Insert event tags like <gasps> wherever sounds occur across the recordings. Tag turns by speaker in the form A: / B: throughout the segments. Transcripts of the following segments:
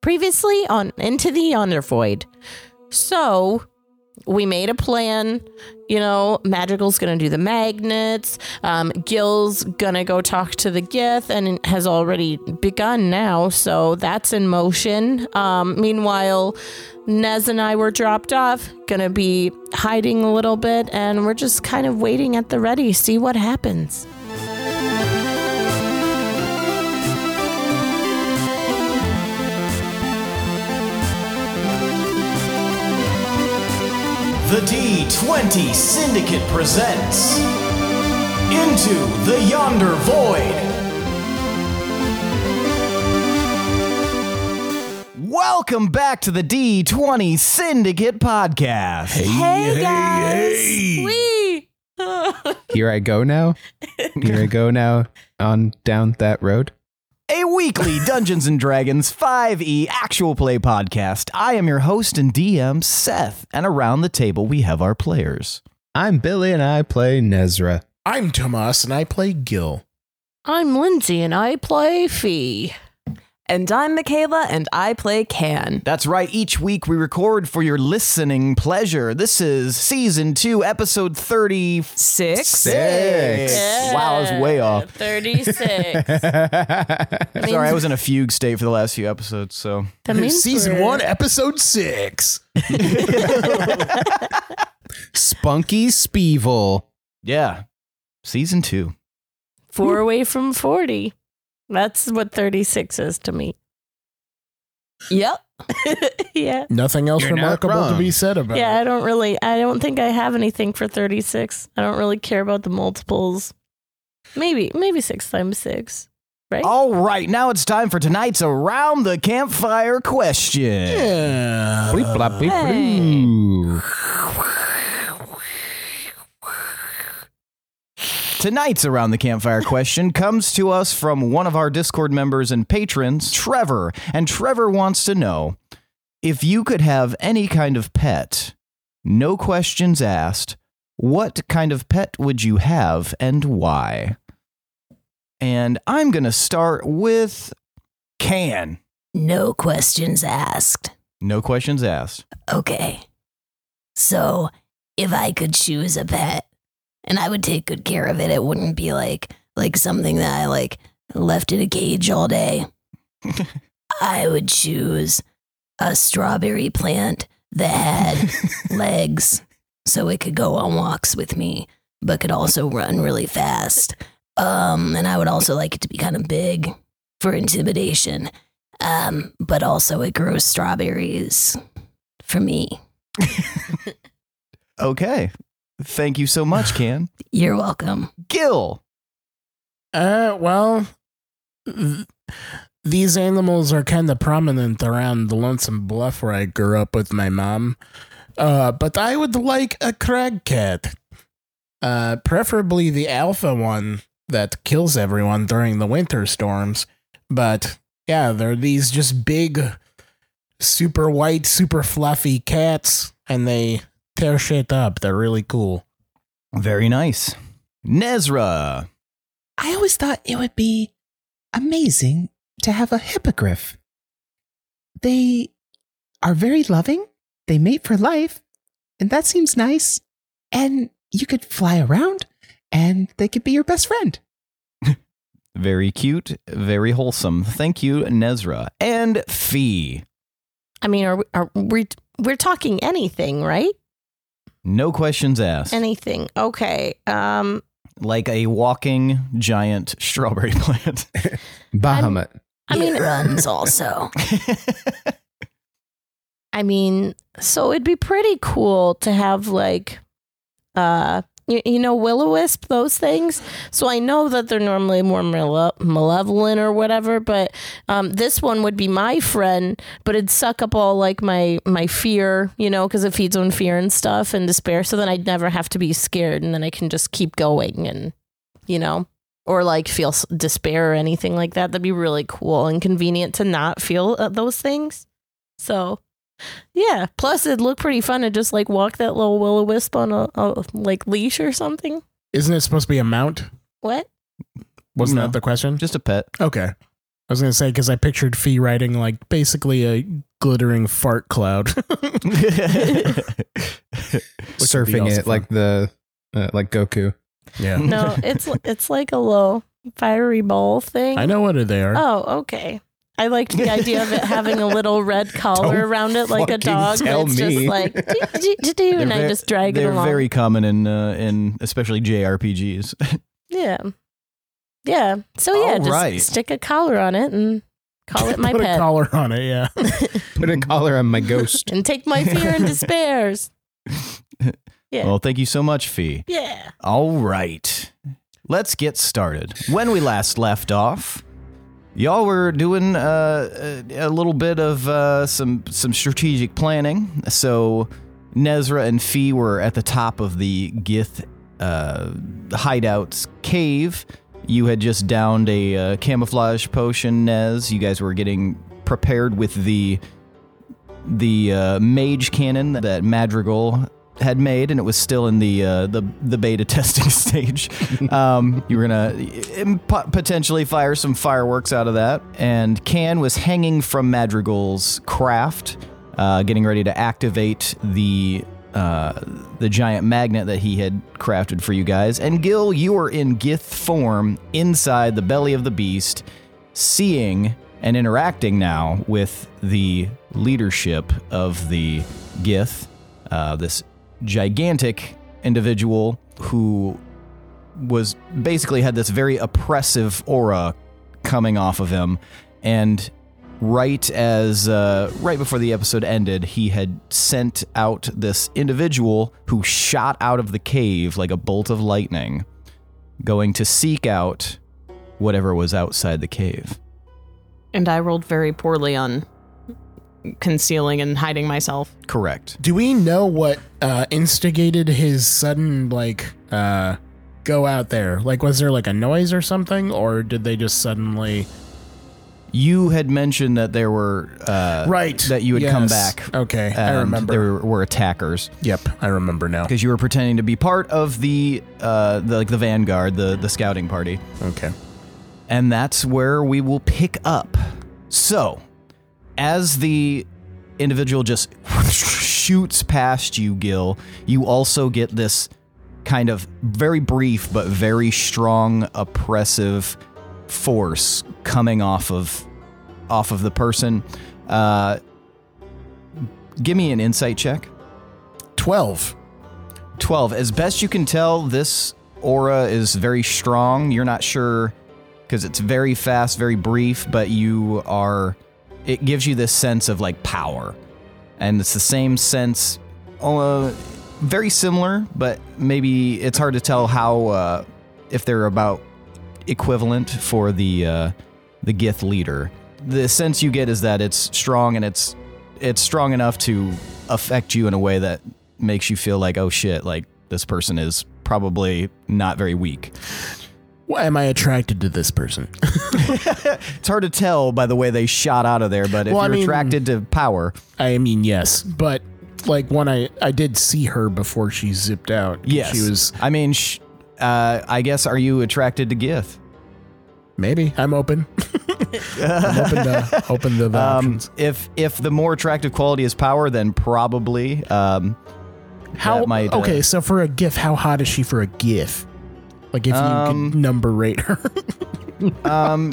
A: previously on into the undervoid. So we made a plan. You know, Magical's gonna do the magnets. Um, Gil's gonna go talk to the Gith, and has already begun now. So that's in motion. Um, meanwhile, Nez and I were dropped off. Gonna be hiding a little bit, and we're just kind of waiting at the ready, see what happens.
B: The D20 Syndicate presents Into the Yonder Void. Welcome back to the D20 Syndicate podcast.
A: Hey, guys, we.
C: Here I go now. Here I go now on down that road.
B: A weekly Dungeons and Dragons 5e actual play podcast. I am your host and DM, Seth, and around the table we have our players.
C: I'm Billy and I play Nezra.
D: I'm Tomas and I play Gil.
A: I'm Lindsay, and I play Fee.
E: And I'm Michaela, and I play Can.
B: That's right. Each week we record for your listening pleasure. This is season two, episode 36.
E: Six.
B: Wow, I was way
A: <laughs>
B: off. <laughs>
D: <laughs>
A: Thirty-six.
C: That's
A: means-
B: Sorry, I was in a fugue state for the last few episodes, so.
A: That means
D: Season
A: we're-
D: one, episode six.
C: Spunky Speevil.
B: Yeah. Season two.
E: Hmm.
A: four away from 40. That's what 36 is to me.
E: Yep.
A: <laughs> yeah.
D: Nothing else
C: You're not
D: remarkable to
C: wrong.
D: be said about
A: Yeah, I
D: it.
A: don't really, I don't think I have anything for 36. I don't really care about the multiples. Maybe, maybe six times six.
B: All right, now it's time for tonight's Around the Campfire question.
D: Yeah.
C: Bleep, blop, bleep,
E: Hey.
C: blue.
B: Tonight's Around the Campfire question comes to us from one of our Discord members and patrons, Trevor. And Trevor wants to know if you could have any kind of pet, no questions asked, what kind of pet would you have and why? And I'm going to start with Can.
E: No questions asked.
B: No questions asked.
E: Okay. So, if I could choose a pet and I would take good care of it, it wouldn't be like like something that I like left in a cage all day. I would choose a strawberry plant that had legs so it could go on walks with me, but could also run really fast. Um, and I would also like it to be kind of big for intimidation. Um, but also it grows strawberries for me.
B: Okay. Thank you so
E: <sighs>
B: much, Can.
E: You're welcome.
B: Gil.
D: Uh, well, th- these animals are kind of prominent around the Lonesome Bluff where I grew up with my mom. Uh, but I would like a crag cat. Uh, preferably the alpha one that kills everyone during the winter storms. But yeah, they're these just big, super white, super fluffy cats, and they tear shit up. They're really cool.
B: Very nice. Nezra.
F: I always thought it would be amazing to have a hippogriff. They are very loving, they mate for life, and that seems nice. And you could fly around and they could be your best friend.
B: Very cute, very wholesome. Thank you, Nezra. And Fee.
A: I mean, are we, are we, we're talking anything, right?
B: No questions asked.
A: Anything. Okay. Um,
B: like a walking giant strawberry <laughs> plant.
C: Bahamut.
A: I mean,
E: it
A: <laughs>
E: runs also.
A: I mean, so it'd be pretty cool to have like, uh, you, you know, will o wisp those things. So I know that they're normally more male- malevolent or whatever, but um, this one would be my friend, but it'd suck up all like my my fear, you know, because it feeds on fear and stuff and despair. So then I'd never have to be scared, and then I can just keep going and, you know. Or like feel s- despair or anything like that. That'd be really cool and convenient to not feel uh, those things. So yeah. Plus, it'd look pretty fun to just like walk that little will o wisp on a, a like leash or something.
D: Isn't it supposed to be a mount?
A: What?
D: Wasn't
B: No.
D: that the question?
B: Just a pet.
D: Okay. I was gonna say because I pictured Fee riding like basically a glittering fart
B: <laughs>
D: cloud. <laughs> Which would be
C: surfing
D: also
C: it like the uh, like Goku.
B: <laughs>
D: yeah, <laughs>
A: No, it's it's like a little fiery ball thing.
D: I know what they are.
A: Oh, okay. I liked the idea of it having a little red collar
C: Don't
A: around it, like a
C: fucking
A: dog.
C: tell
A: and it's just
C: me.
A: like "Dee, dee, dee, dee," and
B: They're
A: I
B: ve-
A: just drag it
B: They're
A: along.
B: very common in uh, in especially JRPGs. <laughs>
A: yeah, yeah. So yeah,
B: All
A: just
B: right.
A: stick a collar on it and
B: <laughs>
D: <laughs>
A: call it my
D: Put a
A: pet,
D: collar on it.
A: <laughs>
D: Yeah.
C: Put a collar on my ghost.
A: and take my fear and despairs.
B: <laughs>
A: Yeah.
B: Well, thank you so much, Fee.
A: Yeah.
B: All right. Let's get started. When we last left off, y'all were doing uh, a, a little bit of uh, some some strategic planning. So Nezra and Fee were at the top of the Gith uh, hideout's cave. You had just downed a uh, camouflage potion, Nez. You guys were getting prepared with the the uh, mage cannon that Madrigal had made, and it was still in the uh, the the beta <laughs> testing stage. um, you were gonna im- po- potentially fire some fireworks out of that, and Can was hanging from Madrigal's craft, uh, getting ready to activate the. Uh, the giant magnet that he had crafted for you guys. And Gil, you were in Gith form inside the belly of the beast, seeing and interacting now with the leadership of the Gith, uh, this gigantic individual who was basically had this very oppressive aura coming off of him, and right as uh, right before the episode ended, he had sent out this individual who shot out of the cave like a bolt of lightning, going to seek out whatever was outside the cave.
G: And I rolled very poorly on concealing and hiding myself.
B: Correct.
D: Do we know what uh, instigated his sudden like uh, go out there? Like, was there like a noise or something, or did they just suddenly?
B: You had mentioned that there were uh,
D: right.
B: that you had come
D: Yes.
B: back.
D: Okay, I
B: and
D: remember.
B: there were attackers
D: yep, I remember now.
B: because you were pretending to be part of the uh, the like the vanguard, the the scouting party,
D: Okay.
B: and that's where we will pick up. So, as the individual just shoots past you, Gil, you also get this kind of very brief but very strong oppressive force coming off of off of the person. Uh, give me an insight check.
D: Twelve.
B: 12. As best you can tell, this aura is very strong. You're not sure because it's very fast, very brief, but you are. It gives you this sense of like power. And it's the same sense, uh, very similar, but maybe it's hard to tell how, uh, if they're about equivalent for the, uh, the Gith leader. The sense you get is that it's strong and it's it's strong enough to affect you in a way that makes you feel like, oh shit, like this person is probably not very weak.
D: Why am I attracted to this person? <laughs>
B: It's hard to tell by the way they shot out of there, but if
D: Well, I
B: you're
D: mean-
B: attracted to power,
D: I mean, yes, but like when I I did see her
B: <laughs>
D: before she zipped out.
B: yes,
D: she was
B: I mean, sh- uh, I guess are you attracted to Gith?
D: maybe. I'm open. I'm open to open to the
B: Um,
D: options.
B: if if the more attractive quality is power, then probably. Um,
D: How
B: that might, uh,
D: okay? So for a GIF, how hot is she for a GIF? Like if you
B: Um,
D: could number rate
B: <laughs>
D: her. <laughs>
B: um,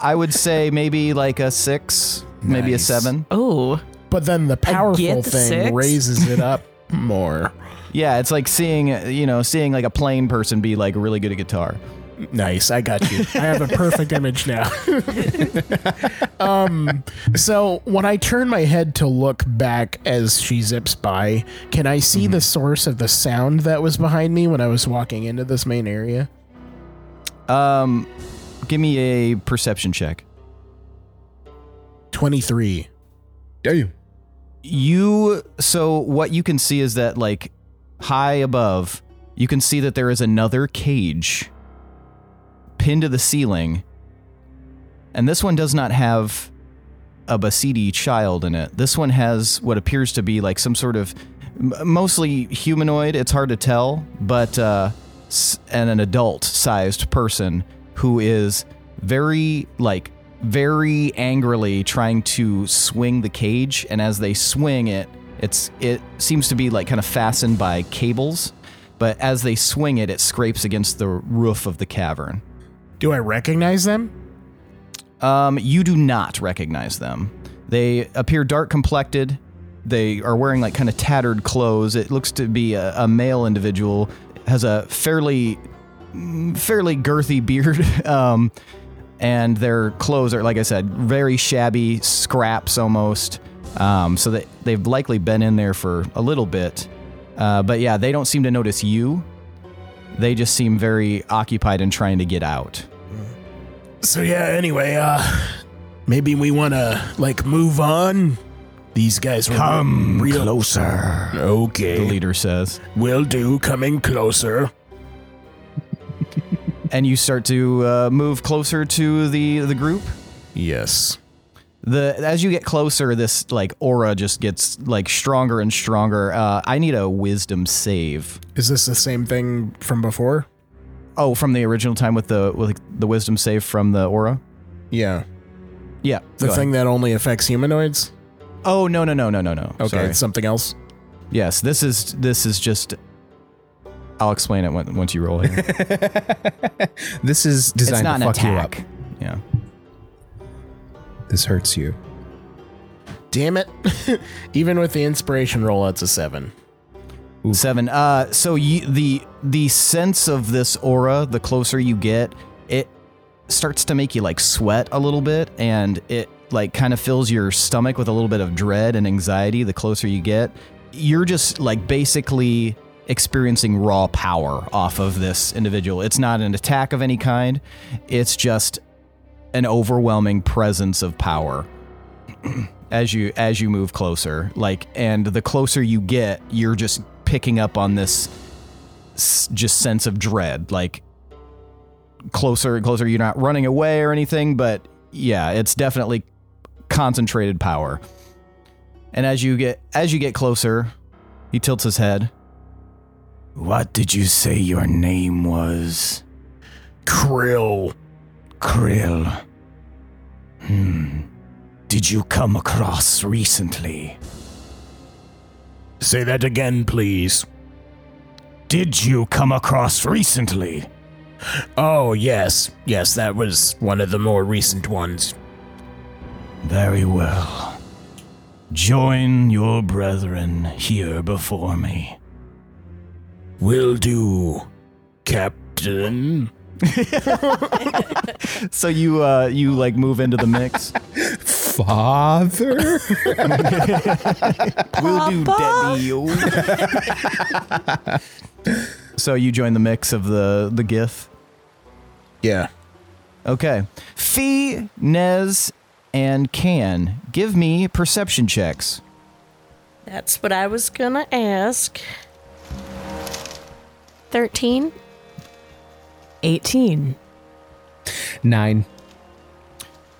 B: I would say maybe like a six, maybe a
D: Nice.
B: seven.
G: Oh,
D: But then the powerful thing
G: gith six?
D: raises it
G: <laughs>
D: up more.
B: Yeah, it's like seeing uh, you know seeing like a plain person be like really good at guitar.
D: Nice, I got you.
B: <laughs>
D: I have a perfect image
H: <laughs>
D: now. um, so when I turn my head to look back as she zips by, can I see
H: Mhm.
D: the source of the sound that was behind me when I was walking into this main area?
B: Um, give me a perception check.
D: Twenty-three.
C: Damn.
B: You so what you can see is that like high above, you can see that there is another cage pinned to the ceiling. And this one does not have a Basidi child in it. This one has what appears to be like some sort of m- mostly humanoid, it's hard to tell, but uh s- and an adult-sized person who is very like very angrily trying to swing the cage, and as they swing it, it's it seems to be like kind of fastened by cables, but as they swing it, it scrapes against the roof of the cavern.
D: Do I recognize them?
B: Um, you do not recognize them. They appear dark complected. They are wearing like kind of tattered clothes. It looks to be a, a male individual. Has a fairly, mm, fairly girthy beard. <laughs> um, and their clothes are, like I said, very shabby, scraps almost. Um, so that they've likely been in there for a little bit. Uh, but yeah, they don't seem to notice you. They just seem very occupied in trying to get out.
D: So yeah, anyway, uh maybe we want to like move on. These guys were
B: Come
D: real
B: closer. The
D: Okay.
B: leader says.
D: Will do, coming closer.
B: <laughs> and you start to uh, move closer to the the group.
D: Yes.
B: The as you get closer, this like aura just gets like stronger and stronger. Uh, I need a wisdom save.
D: Is this the same thing from before?
B: Oh, from the original time with the with the wisdom save from the aura.
D: Yeah.
B: Yeah,
D: The
B: go ahead.
D: thing that only affects humanoids?
B: Oh no no no no no no.
D: Okay,
B: Sorry.
D: it's something else.
B: Yes, this is this is just. I'll explain it when, once you roll <laughs> it.
C: this is
B: it's
C: designed
B: not
C: to
B: an
C: fuck
B: attack.
C: you
B: Yeah.
C: up. This hurts you.
D: Damn it. <laughs> Even with the inspiration roll, that's a seven.
B: Seven. Uh, so you, the the sense of this aura, the closer you get, it starts to make you like sweat a little bit, and it like kind of fills your stomach with a little bit of dread and anxiety. The closer you get, you're just like basically experiencing raw power off of this individual. It's not an attack of any kind. It's just an overwhelming presence of power as you as you move closer like and the closer you get you're just picking up on this s- just sense of dread like closer and closer you're not running away or anything but yeah it's definitely concentrated power and as you get as you get closer he tilts his head what did you say your name was
D: Krill.
B: krill hmm did you come across recently
D: Say that again, please.
B: did you come across recently?
D: Oh, yes. Yes, that was one of the more recent ones.
B: Very well. Join your brethren here before me.
D: Will do, Captain.
B: So you uh you like move into the mix. <laughs>
C: Father?
B: we'll do
A: <laughs>
B: daddy. <laughs> so you join the mix of the the gif.
D: Yeah.
B: Okay. Fee, Nez, and Can, give me perception checks.
A: That's what I was gonna ask. 13?
G: 18.
C: Nine.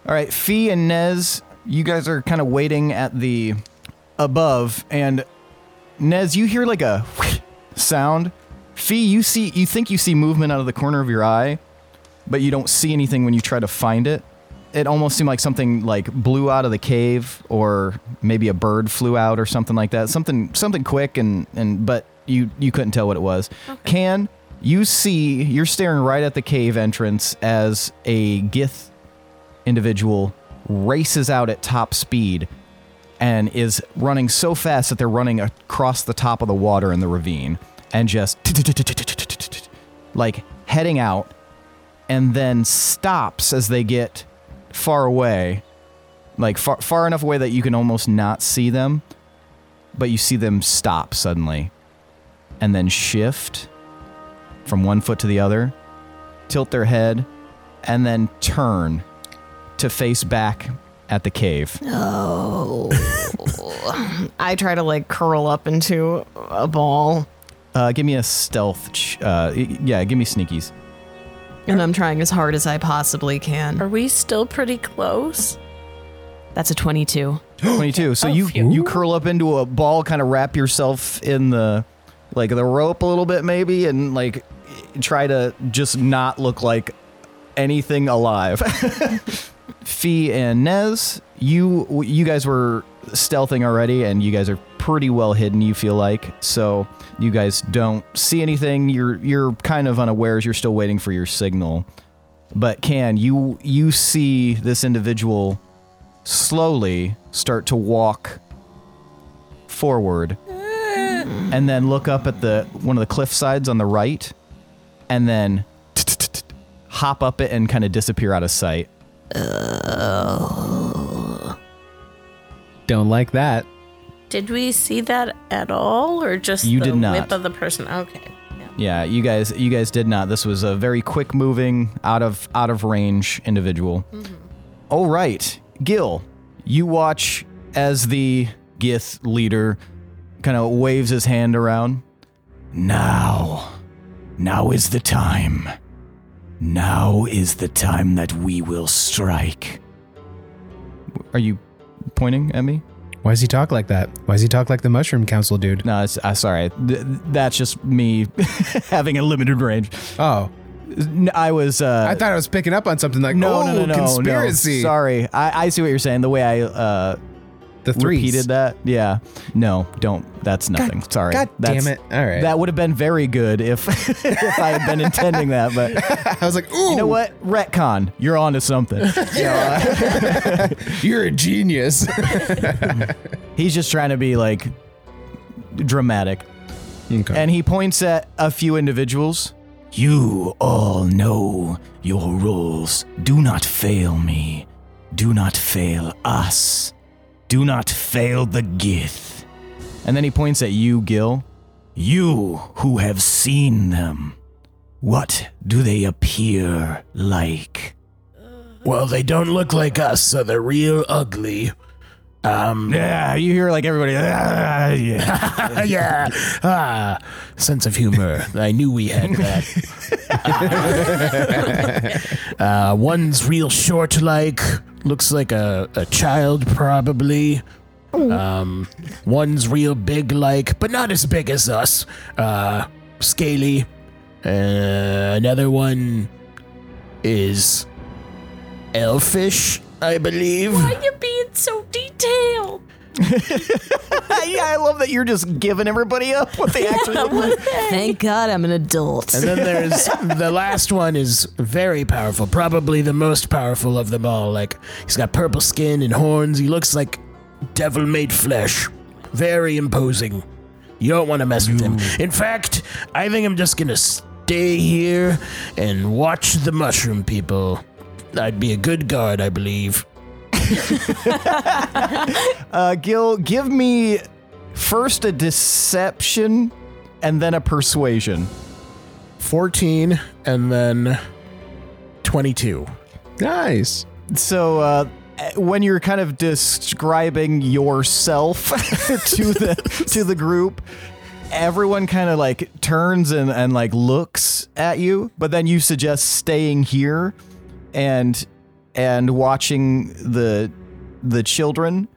B: All right, Fee and Nez, you guys are kind of waiting at the above, and Nez, you hear like a <laughs> sound. Fee, you see, you think you see movement out of the corner of your eye, but you don't see anything when you try to find it. It almost seemed like something like blew out of the cave, or maybe a bird flew out, or something like that. Something, something quick, and and but you you couldn't tell what it was. Can you see? You're staring right at the cave entrance as a gith individual races out at top speed and is running so fast that they're running across the top of the water in the ravine and just like heading out and then stops as they get far away like far, far enough away that you can almost not see them but you see them stop suddenly and then shift from one foot to the other tilt their head and then turn to face back at the cave.
G: Oh. <laughs> I try to like curl up into a ball,
B: Uh, give me a stealth. Ch- uh, y- yeah, give me sneakies.
G: and I'm trying as hard as I possibly can.
A: Are we still pretty close?
G: That's a 22.
B: Twenty-two. So you you curl up into a ball, kind of wrap yourself in the like the rope a little bit, maybe, and like <laughs> try to just not look like anything alive. Fee and Nez, you you guys were stealthing already, and you guys are pretty well hidden. You feel like so you guys don't see anything. You're you're kind of unawares. You're still waiting for your signal. But can you you see this individual slowly start to walk forward, and then look up at the one of the cliff sides on the right, and then hop up it and kind of disappear out of sight.
C: Don't like that.
A: Did we see that at all, or just
B: You
A: the
B: did not.
A: whip of the person? Okay.
B: Yeah,
A: Yeah.
B: you guys, you guys did not. This was a very quick moving, out of out of range individual. All right, Gil, you watch as the Gith leader kind of waves his hand around. Now, now is the time. Now is the time that we will strike. Are you pointing at me?
C: Why does he talk like that? Why does he talk like the Mushroom Council dude?
B: No, it's, uh, sorry. Th- that's just me <laughs> having a limited range.
C: Oh,
B: N- I was. Uh,
C: I thought I was picking up on something like
B: no,
C: oh,
B: no, no, no,
C: conspiracy.
B: No. Sorry, I, I see what you're saying. The way I uh,
C: The three
B: repeated that, yeah. No, don't. That's nothing. sorry.
C: God
B: That's-
C: damn it! All right.
B: That would have been very good if <laughs> if I had been intending that, but
C: <laughs> I was like, ooh,
B: you know what? Retcon, you're onto something.
C: <laughs> you're a genius.
B: <laughs> He's just trying to be like dramatic.
C: okay.
B: And he points at a few individuals. You all know your rules. Do not fail me. Do not fail us. Do not fail the Gith. And then he points at you, Gil. You who have seen them. What do they appear like?
H: Well, they don't look like us, so they're real ugly. Um,
B: Yeah, you hear like everybody. "Ah,
H: <laughs>
B: yeah."
H: <laughs> yeah. Ah, sense of humor. I knew we had that. <laughs> uh, one's real short, like looks like a, a child, probably. Um, one's real big, like, but not as big as us. Uh, scaly. Uh, another one is elfish, I believe.
A: Why you being so
B: <laughs>
A: detailed?
B: <laughs> yeah, I love that you're just giving everybody up what
A: <laughs>
B: they actually look like.
G: Thank God I'm an adult.
H: And then there's
B: <laughs>
H: the last one is very powerful, probably the most powerful of them all. Like he's got purple skin and horns. He looks like devil made flesh. Very imposing. You don't want to mess with him. In fact, I think I'm just gonna stay here and watch the mushroom people. I'd be a good guard, I believe.
B: Uh, Gil, give me first a deception and then a persuasion.
H: 14 and then 22.
C: nice.
B: So, uh, when you're kind of describing yourself <laughs> to the to the group, everyone kind of like turns and, and like looks at you, but then you suggest staying here and and watching the the children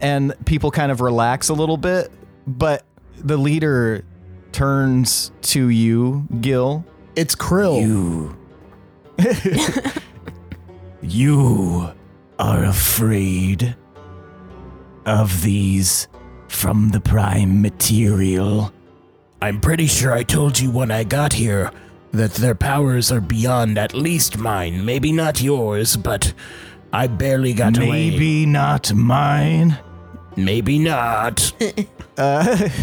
B: and people kind of relax a little bit, but the leader turns to you, Gil,
H: It's Krill.
B: you.
H: <laughs>
B: you are afraid of these from the prime material.
H: I'm pretty sure I told you when I got here that their powers are beyond at least mine. Maybe not yours, but I barely got away.
B: Maybe not mine.
H: Maybe not.
B: Uh, <laughs>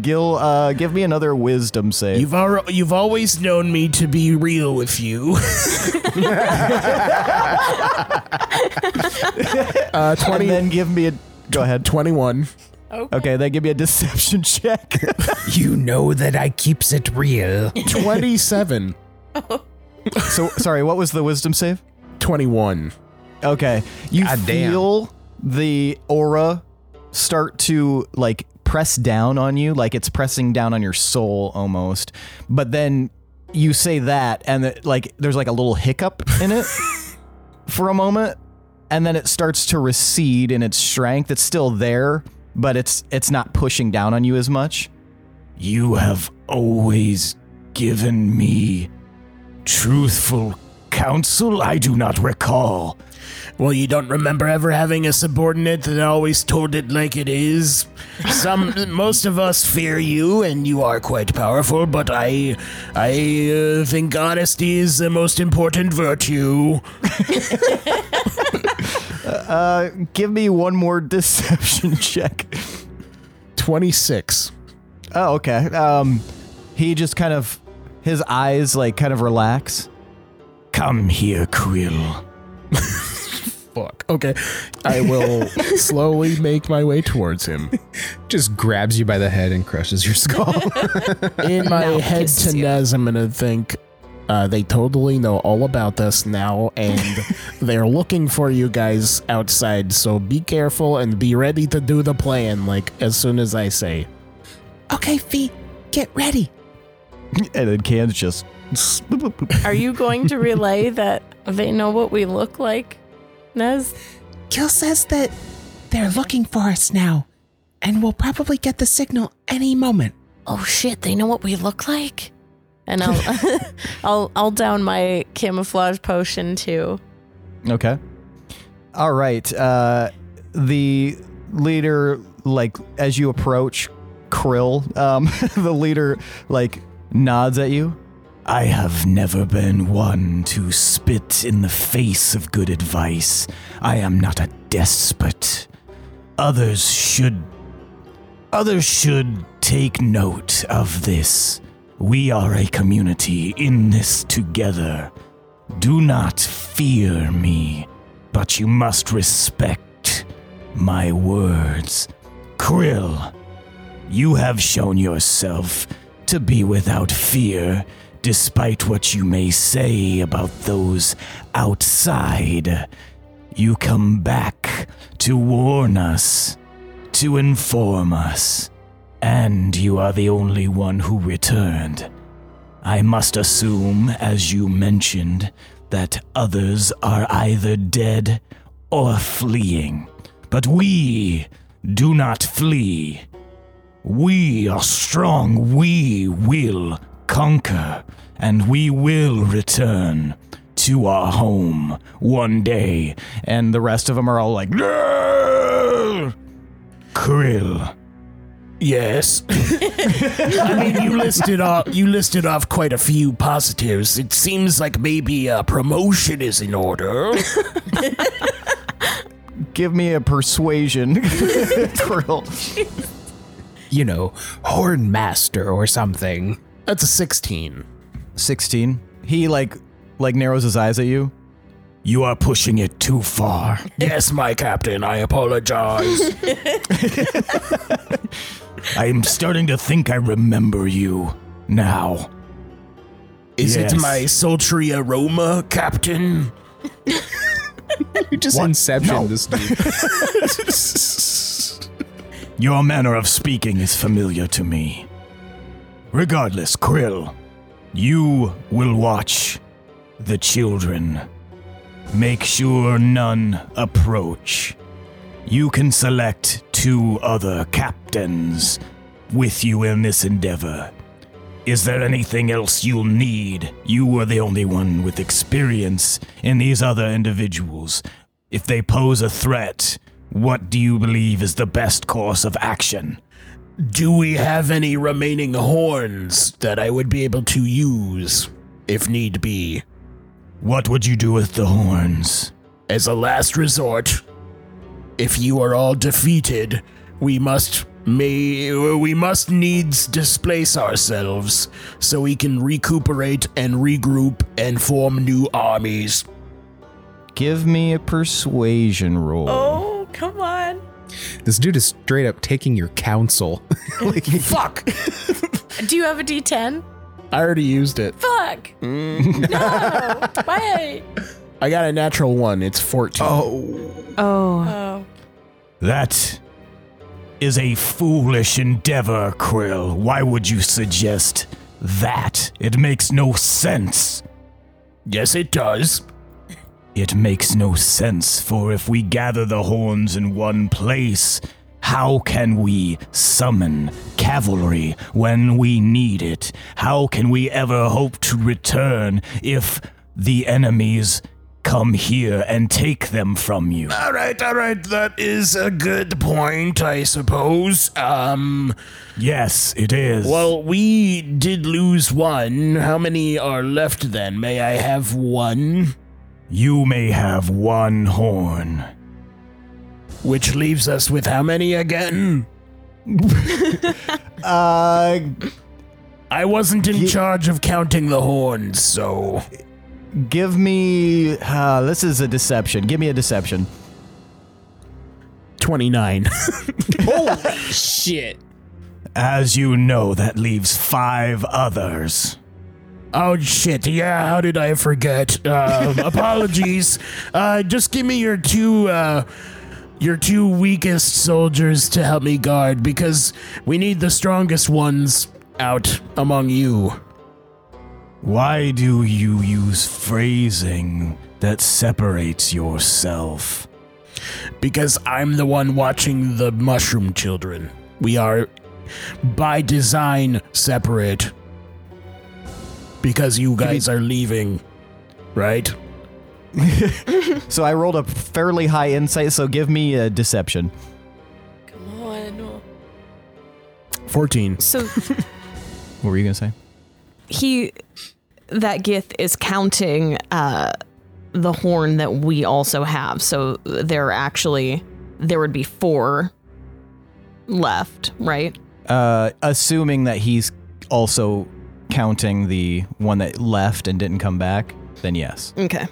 B: Gil, uh, give me another wisdom save.
H: you've al- you've always known me to be real with you. <laughs> uh,
B: and then give me a. Go ahead.
H: 21.
B: Okay, then give me a deception check.
D: You know that I keeps it real.
H: 27.
B: so, sorry, what was the wisdom save?
H: 21.
B: Okay. You
C: God damn.
B: feel the aura start to like press down on you, like it's pressing down on your soul almost. But then you say that and it, like there's like a little hiccup in
C: <laughs>
B: it for a moment and then it starts to recede in its strength. It's still there, but it's it's not pushing down on you as much.
I: You have always given me truthful
H: counsel? I do not recall.
D: Well, you don't remember ever having a subordinate that always told it like it is. Some, <laughs> most of us fear you, and you are quite powerful. But I, I uh, think honesty is the most important virtue.
H: <laughs> Uh, give me one more <laughs> deception check.
D: Twenty-six.
H: Oh, okay. Um, he just kind of, his eyes like kind of relax. Come here, Quill.
D: Fuck. Okay, I will slowly make my way towards him.
B: Just grabs you by the head and crushes your
F: <laughs>
B: skull.
D: In my head
G: kisses
D: to
G: you.
D: Nez, I'm gonna think uh, they totally know all about us now,
F: <laughs>
D: and they're looking for you guys outside. So be careful and be ready to do the plan, like as soon as I say.
F: Okay, Fee, get ready.
H: And then Cam's just.
A: Are you going to relay that they know what we look like, Nez?
F: Kill says that they're looking for us now, and we'll probably get the signal any moment.
A: Oh shit! They know what we look like. And I'll, <laughs> I'll, I'll down my camouflage potion too.
H: Okay. All right. Uh, the leader, like, as you approach Krill, um, <laughs> the leader, like, nods at you. I have never been one to spit in the face of good advice. I am not a despot. Others should. Others should take note of this. We are a community in this together. Do not fear me, but you must respect my words. Krill, you have shown yourself to be without fear, despite what you may say about those outside. You come back to warn us, to inform us, and you are the only one who returned. I must assume, as you mentioned, that others are either dead or fleeing. But we do not flee. We are strong. We will conquer. And we will return to our home one day. And the rest of them are all like, "No!" Krill. <laughs>
D: Yes. I mean, you listed off you listed off quite a few positives. It seems like maybe
H: uh,
D: a promotion is in order.
H: Give me a persuasion,
B: <laughs>
H: Krill.
F: You know, Horn Master or
B: <laughs>
F: something.
D: That's a sixteen.
H: 16 he like like narrows his eyes at you you are pushing it too far
D: Yes, my captain. I apologize.
H: <laughs> i'm starting to think i remember you now
D: Is it
H: Yes.
D: my sultry aroma, captain?
B: you just
H: What?
B: inception
H: No.
B: <laughs> this
H: <laughs>
B: dude.
H: your manner of speaking is familiar to me regardless krill you will watch the children make sure none approach you can select two other captains with you in this endeavor Is there anything else you'll need? You were the only one with experience in these other individuals. If they pose a threat, what do you believe is the best course of action?
D: Do we have any remaining horns that I would be able to use if need be
H: What would you do with the horns?
D: as a last resort? If you are all defeated, we must may we must needs displace ourselves so we can recuperate and regroup and form new armies.
H: Give me a persuasion roll.
A: Oh come on!
B: This dude is straight up taking your counsel.
D: Fuck!
A: Do you have a D10?
D: I already used
F: <laughs>
D: it.
A: Fuck! No!
B: <laughs>
A: Wait!
D: I got a natural one. It's 14.
G: Oh,
A: Oh.
H: That is a foolish endeavor, Krill. Why would you suggest that? It makes no sense.
D: Yes, it does.
H: It makes no sense, for if we gather the horns in one place, how can we summon cavalry when we need it? How can we ever hope to return if
B: the enemies come here and take them from you.
D: All right, all right. That is a good point, I suppose. Um,
B: Yes, it is.
D: well, we did lose one. How many are left then? May I have one?
B: you may have one horn.
D: Which leaves us with how
B: <laughs>
D: many again?
B: Uh,
D: I wasn't in charge of counting the horns, so.
B: give me. Uh, this is a deception. Give me a deception. <laughs>
D: 29.
H: Shit.
B: As you know, that leaves five others.
D: oh, shit. Yeah, how did I forget?
B: <laughs>
D: Um, apologies. Uh, just give me your two. Uh, your two weakest soldiers to help me guard because we need the strongest ones out among you.
B: Why do you use phrasing that separates yourself?
D: because I'm the one watching the mushroom children. We are by design separate because you guys are leaving, right?
B: <laughs> So I rolled a fairly high insight, so give me a deception.
A: Oh,
D: 14.
G: So
B: <laughs> What were you going to say?
G: he, that Gith is counting uh, the horn that we also have. So there are actually, there would be four left, right?
B: Uh, assuming that he's also counting the one that left and didn't come back, then yes.
G: Okay.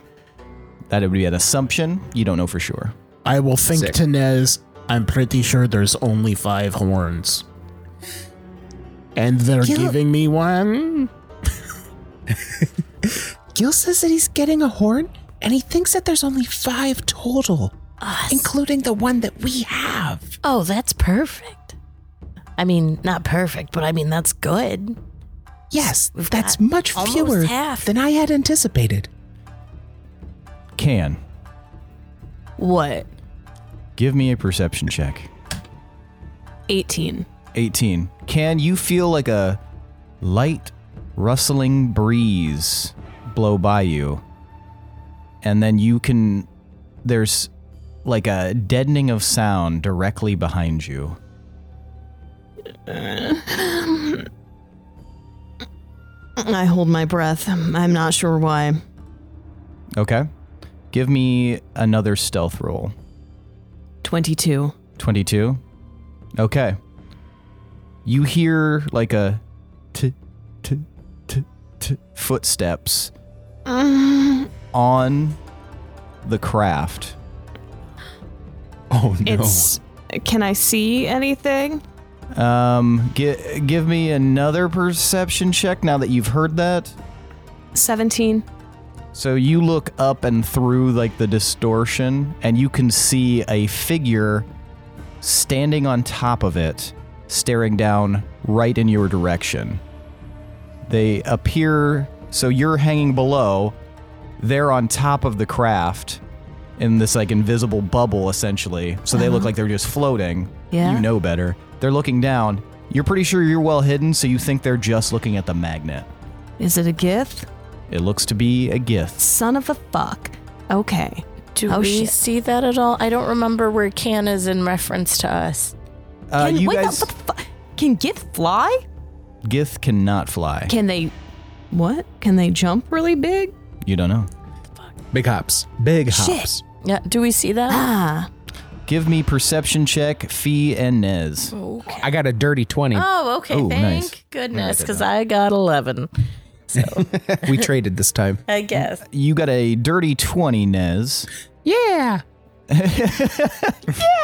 B: That would be an assumption. You don't know for sure.
D: I will think
C: Sick.
D: to Nez, I'm pretty sure there's only five horns. And they're giving me one?
F: Gil says that he's getting a horn, and he thinks that there's only five total, including the one that we have.
A: Oh, that's perfect. I mean, not perfect, but I mean that's good.
F: Yes,
A: We've
F: that's
A: got
F: much
A: almost
F: fewer
A: half.
F: than I had anticipated.
B: Can,
A: What?
B: give me a perception check.
G: 18.
B: 18. Can you feel like a light rustling breeze blow by you? And then you can there's like a deadening of sound directly behind you.
G: I hold my breath. I'm not sure why.
B: Okay? Give me another stealth roll.
G: 22.
B: 22. Okay. You hear like a t t t t footsteps on the craft.
C: Oh no.
G: It's. Can I see anything?
B: Um, gi- give me another perception check now that you've heard that.
G: 17.
B: So you look up and through like the distortion, and you can see a figure standing on top of it, staring down right in your direction. They appear, so you're hanging below, they're on top of the craft in this like invisible bubble essentially. So they look like they're just floating.
G: Yeah.
B: You know better. They're looking down. You're pretty sure you're well hidden, so you think they're just looking at the magnet.
G: Is it a Gith?
B: It looks to be a gift.
G: Son of a fuck. Okay.
A: Do
G: Oh,
A: we
G: shit.
A: see that at all? I don't remember where can is in reference to us.
B: Uh,
G: Can,
B: you
G: wait,
B: guys,
G: what the fu- can Gith fly?
B: Gith cannot fly.
G: Can they. What? Can they jump really big?
B: you don't know.
C: Big hops.
B: Big hops.
A: Yeah. Do we see that?
G: Ah.
B: Give me perception check, Fee and Nez.
A: Okay.
C: I got a dirty 20.
A: Oh, okay.
B: Oh,
A: Thank
B: nice.
A: goodness, because I got eleven.
C: <laughs> we traded this time.
A: I guess.
B: You got a dirty 20, Nez.
F: Yeah.
B: <laughs>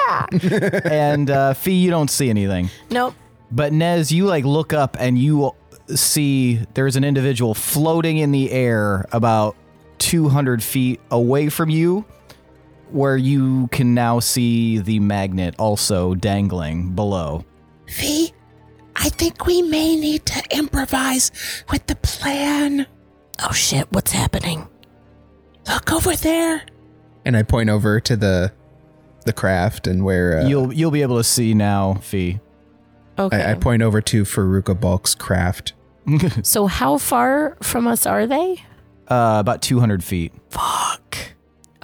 B: and uh, Fee, you don't see anything.
A: Nope.
B: But Nez, you like look up and you see there's an individual floating in the air about 200 feet away from you, where you can now see the magnet also dangling below.
F: V, I think we may need to improvise with the plan.
A: Oh shit! What's happening?
F: Look over there.
C: And I point over to the the craft and where uh,
B: You'll you'll be able to see now, Fee.
A: Okay.
C: I, I
A: <laughs>
C: point over to Faruka Bulk's craft.
A: so how far from us are they?
B: Uh, about 200 feet.
A: Fuck.
C: Uh,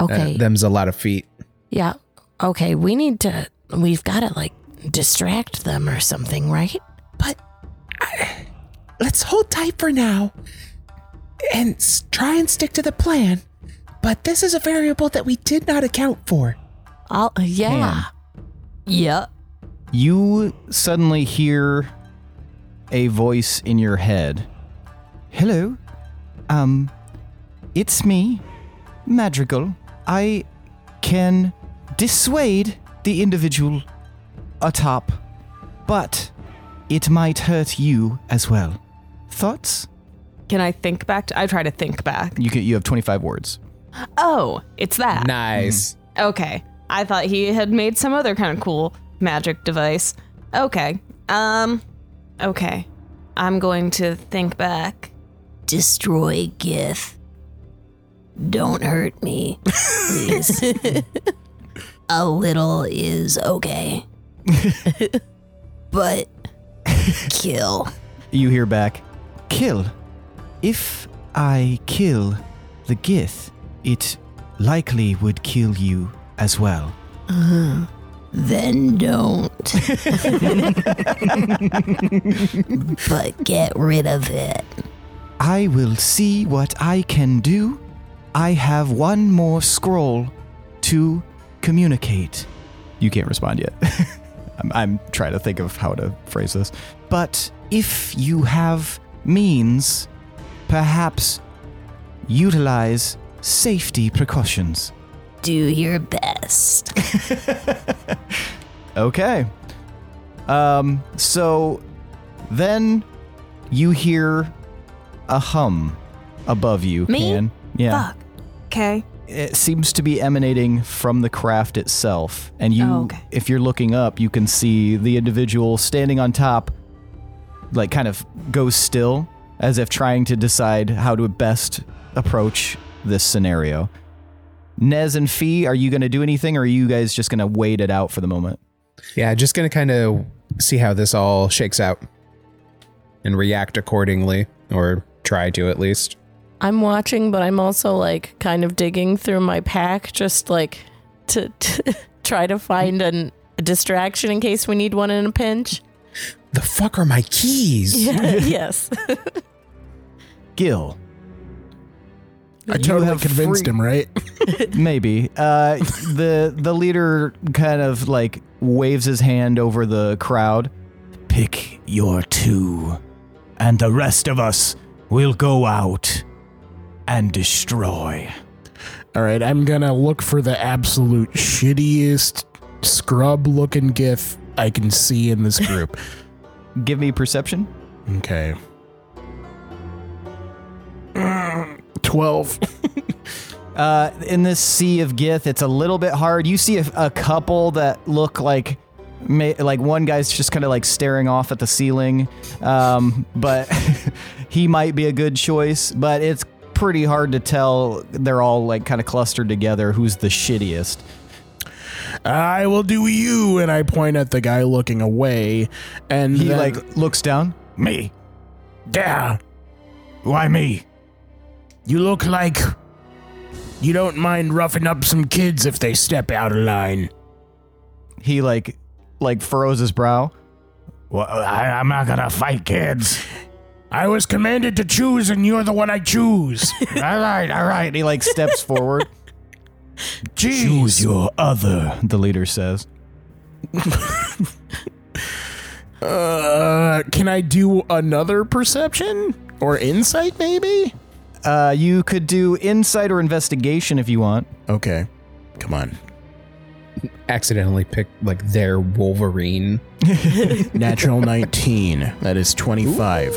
A: Okay.
C: them's a lot of feet.
A: yeah. Okay. We need to. We've got to like distract them or something, right?
F: Let's hold tight for now and s- try and stick to the plan. But this is a variable that we did not account for.
A: I'll. uh, Yeah.
G: Yeah.
B: You suddenly hear a voice in your head. Hello. Um, it's me, Madrigal. I can dissuade the individual atop, but it might hurt you as well. Thoughts?
G: Can I think back? To, I try to think back.
B: You can, you have 25 words.
G: Oh, it's that.
C: Nice.
G: Mm-hmm. Okay. I thought he had made some other kind of cool magic device. Okay. Um okay. I'm going to think back.
E: Destroy Gith. Don't hurt me, please. a little is okay. but kill.
B: <laughs> You hear back, kill. If I kill the Gith, it likely would kill you as well.
E: Then don't. but get rid of it.
B: I will see what I can do. I have one more scroll to communicate. You can't respond yet. <laughs> I'm, I'm trying to think of how to phrase this. But if you have means, perhaps utilize safety precautions.
E: Do your best.
B: Okay. Um, so then you hear a hum above you.
G: Me?
B: Can. Yeah.
G: Fuck. Okay.
B: it seems to be emanating from the craft itself. And you,
G: Oh, okay.
B: if you're looking up, you can see the individual standing on top, like kind of goes still, as if trying to decide how to best approach this scenario. Nez and Fee, are you going to do anything, or are you guys just going to wait it out for the moment?
C: Yeah, just gonna kind of see how this all shakes out and react accordingly, or try to at least.
A: I'm watching, but I'm also like kind of digging through my pack, just like to, to <laughs> try to find an, a distraction in case we need one in a pinch.
F: The fuck are my keys? <laughs>
A: <laughs> yes.
B: Gil,
D: I
B: You
D: totally
B: have
D: convinced
B: free- <laughs>
D: him, right?
B: Maybe. Uh, the the leader kind of like waves his hand over the crowd. Pick your two, and the rest of us will go out and destroy.
D: All right, I'm gonna look for the absolute shittiest scrub looking gif I can see in this group.
B: Give me perception.
D: okay. Mm, 12.
B: <laughs> Uh, in this sea of gith, it's a little bit hard. You see a, a couple that look like, ma- like one guy's just kind of like staring off at the ceiling, um, but <laughs> he might be a good choice. But it's pretty hard to tell. They're all like kind of clustered together. Who's the shittiest?
D: I will do you. And I point at the guy looking away. And
B: He
D: then-
B: like looks down.
D: Me. Yeah. Why me? You look like you don't mind roughing up some kids if they step out of line.
B: He like like furrows his brow.
D: Well, I, I'm not gonna fight kids. I was commanded to choose, and you're the one I choose.
B: <laughs> all right, all right. He like steps forward.
D: Jeez.
B: Choose your other. The leader says.
D: Uh, can I do another perception or insight, maybe?
B: Uh, you could do insight or investigation if you want.
D: Okay, come on.
C: Accidentally pick like their Wolverine.
D: Natural 19. That is 25.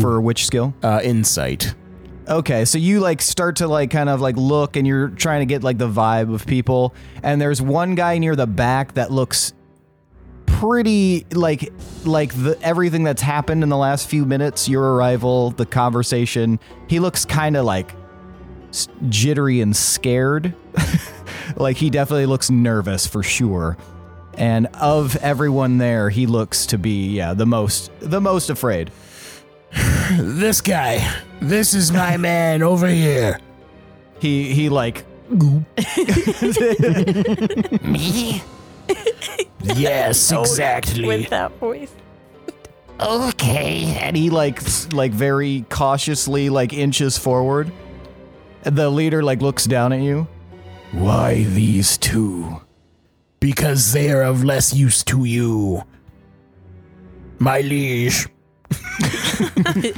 B: for which skill?
D: Uh, insight.
B: Okay, so you like start to like kind of like look and you're trying to get like the vibe of people and there's one guy near the back that looks pretty like like the everything that's happened in the last few minutes, your arrival, the conversation. He looks kind of like s- jittery and scared. <laughs> like he definitely looks nervous for sure. And of everyone there, he looks to be yeah, the most the most afraid.
D: <sighs> this guy. This
B: <laughs>
D: is my man over here.
B: He <laughs> he like <laughs>
A: <laughs>
H: Me?
D: Yes, exactly.
A: with that voice.
H: Okay.
B: and he like like very cautiously like inches forward. And the leader like looks down at you. Why these two?
D: Because they are of less use to you. My liege.
B: <laughs>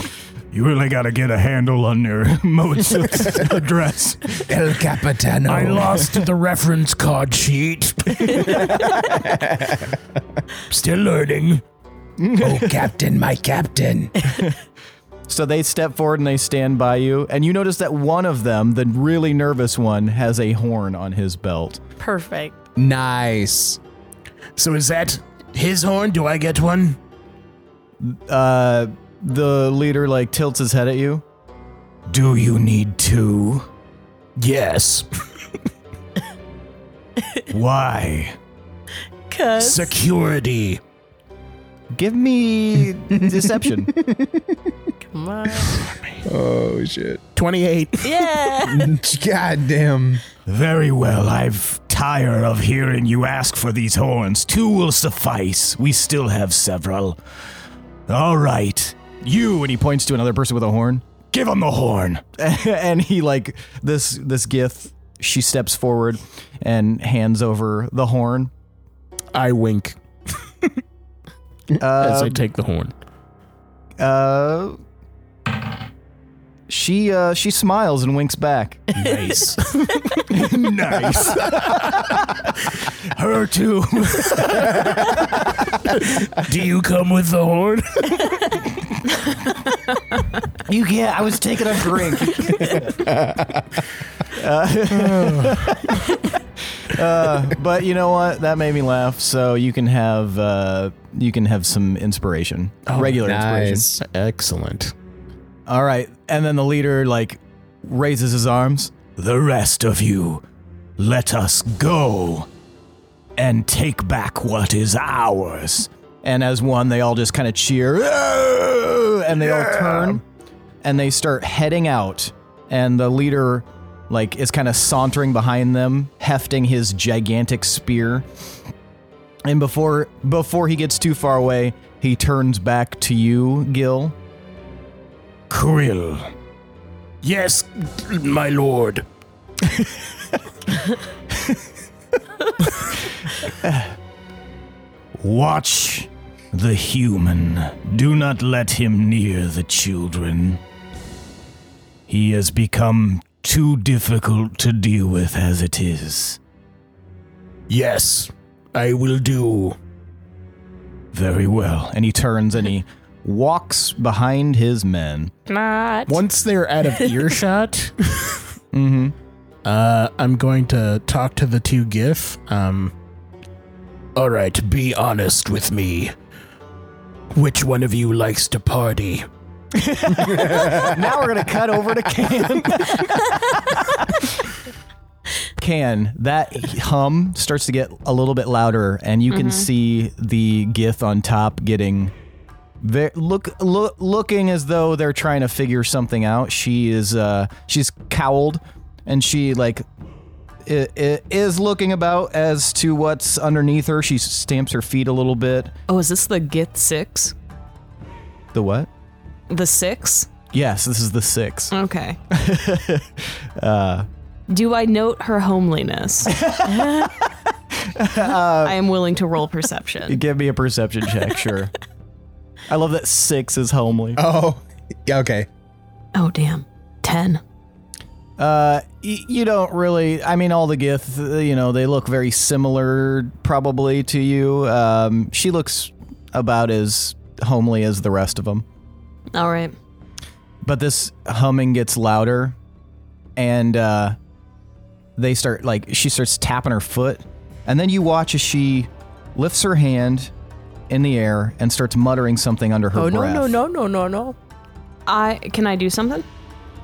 B: You really got to get a handle on your <laughs> modes
D: <laughs>
B: of address.
C: El Capitano.
D: I
C: <laughs>
D: lost the reference card sheet. <laughs>
B: <laughs>
D: Still learning.
C: oh, Captain, my Captain.
B: So they step forward and they stand by you, and you notice that one of them, the really nervous one, has a horn on his belt.
A: Perfect.
C: Nice.
D: So is that his horn? Do I get one?
B: Uh, the leader like tilts his head at you.
D: Do you need two? Yes.
B: Why?
A: Cause
D: Security.
B: Give me deception.
A: come on.
C: Oh shit.
D: 28.
A: yeah.
C: God damn.
D: Very well. I
H: I've tired of hearing you ask for these horns. Two will suffice. We still have several. All right.
B: you and he points to another person with a horn,
H: Give him the horn.
B: <laughs> and he like this this gif. She steps forward and hands over the horn. <laughs>
D: I wink as I
B: Uh,
D: take the horn.
B: uh, she uh, she smiles and winks back. <laughs>
D: Nice. <laughs> nice.
B: <laughs>
D: Her too. Do you come with the horn?
B: <laughs> You yeah, I was taking a drink. <laughs> uh, <laughs> uh, but you know what? That made me laugh. So you can have uh, you can have some inspiration, regular inspiration.
C: Nice.
D: Excellent.
B: All right, and then the leader like raises his arms.
H: The rest of you, let us go and take back what is ours.
B: And as one, they all just kind of cheer, "Ah!" and they all turn, and they start heading out. And the leader, like, is kind of sauntering behind them, hefting his gigantic spear. And before before he gets too far away, he turns back to you, Gil.
D: Krill. Yes, my <laughs> lord.
H: Watch the human. Do not let him near the children. He has become too difficult to deal with as it is.
D: Yes, I will do.
H: Very well.
B: And he turns and he walks behind his men.
A: Not.
D: Once they're out
A: <laughs>
D: of earshot,
B: Mm-hmm.
D: Uh, I'm going to talk to the two GIF. Um, all right, be honest with me. Which one of you likes to
H: <laughs>
D: party?
B: now we're gonna cut over to Can. Can that hum starts to get a little bit louder, and you
G: Mm-hmm.
B: can see the gith on top getting ve- look, look looking as though they're trying to figure something out. She is uh, she's cowled, and she like i- i- is looking about as to what's underneath her. She stamps her feet a little bit.
G: Oh, is this the Gith Six?
B: The what?
G: The Six?
B: Yes, this is the six. Uh,
G: Okay. <laughs> Do I note her
B: <laughs>
G: homeliness? <laughs> I am willing to roll
B: <laughs>
G: perception.
B: Give me a
A: <laughs>
B: perception check, sure. I love that six is homely.
C: Oh. Yeah, okay.
G: Oh, damn. 10.
B: Uh, y- you don't really. I mean, all the Gith, uh, you know, they look very similar, probably to you. Um, she looks about as homely as the rest of them.
G: All right.
B: But this humming gets louder, and uh, they start like she starts tapping her foot, and then you watch as she lifts her hand in the air and starts muttering something under her
A: Oh no
B: breath.
A: no no no no no.
G: I can I do something?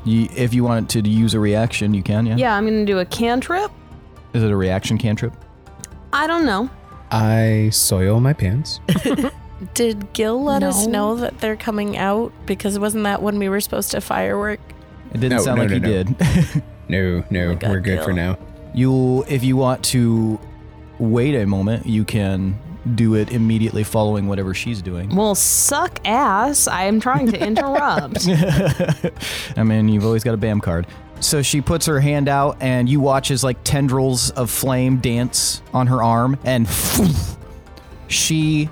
B: You, if you want to use a reaction, you can. Yeah.
G: Yeah, I'm gonna do a cantrip.
B: Is it a reaction cantrip?
G: I don't know.
C: I soil my pants.
A: Did Gil let us
G: No.
A: know that they're coming out? Because wasn't that when we were supposed to firework?
B: It didn't
C: No,
B: sound
C: no,
B: like
C: no,
B: you
C: no.
B: did. <laughs>
C: No, no,
A: Oh my God,
C: we're good for
A: Gil.
C: now.
B: You'll, if you want to wait a moment, you can do it immediately following whatever she's doing.
G: Well, suck ass. I am trying
B: <laughs>
G: to interrupt.
B: I mean, you've always got a BAM card. So she puts her hand out, and you watch as like tendrils of flame dance on her arm, and <laughs> she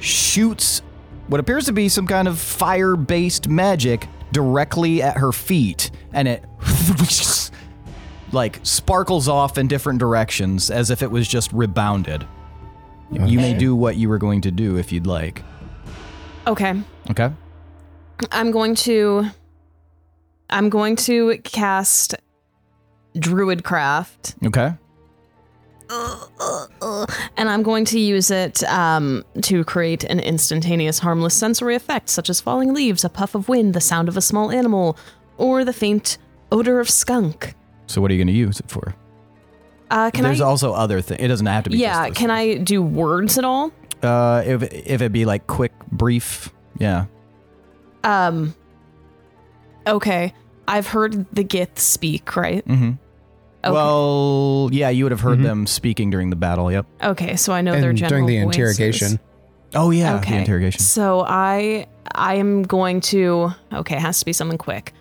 B: shoots what appears to be some kind of fire based magic directly at her feet, and it <laughs> like sparkles off in different directions as if it was just rebounded. You may do what you were going to do if you'd like.
G: okay.
B: Okay.
G: I'm going to I'm going to cast Druidcraft
B: Okay.
G: and I'm going to use it um, to create an instantaneous harmless sensory effect such as falling leaves, a puff of wind, the sound of a small animal, or the faint odor of skunk.
B: So what are you going to use it for?
G: Uh, can
B: There's
G: I
B: also other things. It doesn't have to be.
G: Yeah, can I do words at all?
B: I? Uh, if if it be like quick, brief, yeah.
G: Um Okay. I've heard the Gith speak, right?
C: Mm.
B: Mm-hmm.
G: Okay.
B: Well, yeah, you would have heard
C: Mhm.
B: them speaking during the battle. Yep.
G: okay, so I know their
C: and during
G: general
C: the
G: voices.
C: interrogation,
B: Oh yeah,
G: Okay.
B: the interrogation.
G: So I I am going to okay, it has to be something quick.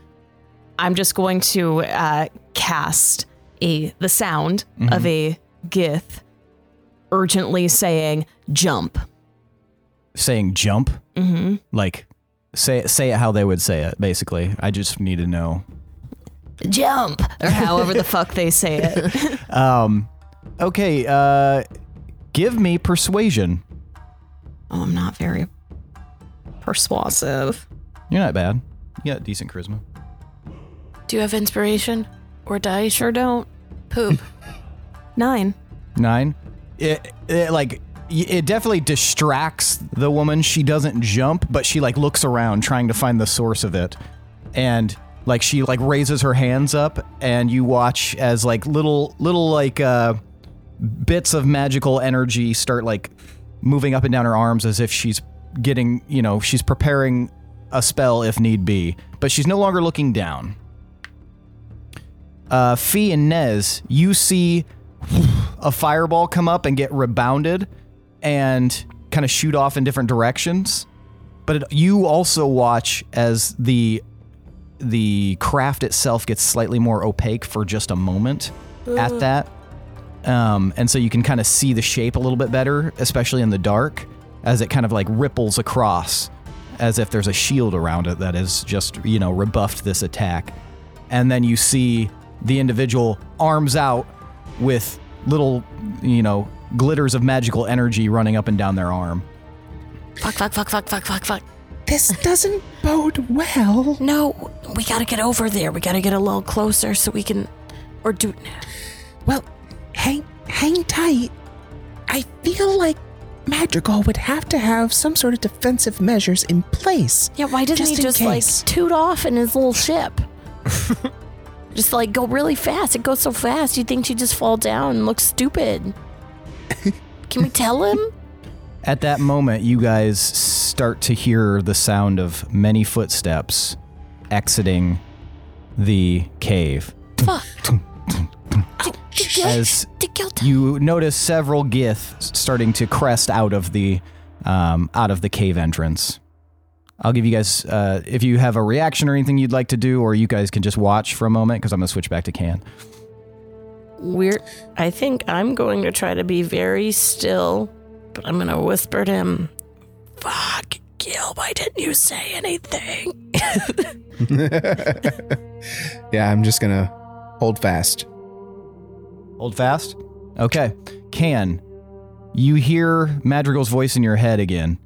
G: I'm just going to uh, cast a the sound
C: Mm-hmm.
G: of a gith urgently saying jump.
B: Saying jump,
G: hmm
B: like say say it how they would say it. Basically, I just need to know.
E: Jump.
G: Or however the fuck they say it.
B: Um, okay. Uh, give me persuasion.
G: Oh, I'm not very persuasive.
B: You're not bad. You got decent charisma.
A: <laughs> Do you have inspiration or dice
G: Sure don't.
A: poop?
G: <laughs> Nine.
B: Nine. It, it like y- it definitely distracts the woman. She doesn't jump, but she like looks around trying to find the source of it, and like she like raises her hands up, and you watch as like little little like uh, bits of magical energy start like moving up and down her arms as if she's getting you know she's preparing a spell if need be, but she's no longer looking down. Uh, Fee and Nez, you see a fireball come up and get rebounded and kind of shoot off in different directions. But it, you also watch as the the craft itself gets slightly more opaque for just a moment at that. Um, and so you can kind of see the shape a little bit better, especially in the dark, as it kind of like ripples across as if there's a shield around it that has just, you know, rebuffed this attack. And then you see the individual arms out with little, you know, glitters of magical energy running up and down their arm.
E: Fuck, fuck, fuck, fuck, fuck, fuck, fuck.
F: This doesn't bode well.
A: No, we gotta get over there. We gotta get a little closer so we can, or do.
F: Well, hang hang tight. I feel like Madrigal would have to have some sort of defensive measures in place.
A: Yeah, why doesn't
F: Just
A: he
F: in
A: just
F: case.
A: like toot off in his
F: <laughs>
A: little ship? just like go really fast. It goes so fast. You think she just fall down and
F: <laughs>
A: look stupid? Can we tell him?
B: At that moment, you guys start to hear the sound of many footsteps exiting the cave.
A: Fuck. Did Gil,
B: As
A: did Gil tell
B: you notice several gith starting to crest out of the um, out of the cave entrance. I'll give you guys uh, if you have a reaction or anything you'd like to do, or you guys can just watch for a moment because I'm gonna switch back to Can.
A: We're. I think I'm going to try to be very still, but I'm going to whisper to him, Fuck, Gil, why didn't you say anything? <laughs>
C: <laughs> yeah, I'm just gonna hold fast.
B: Hold fast. Okay. Can you hear Madrigal's voice in your head again?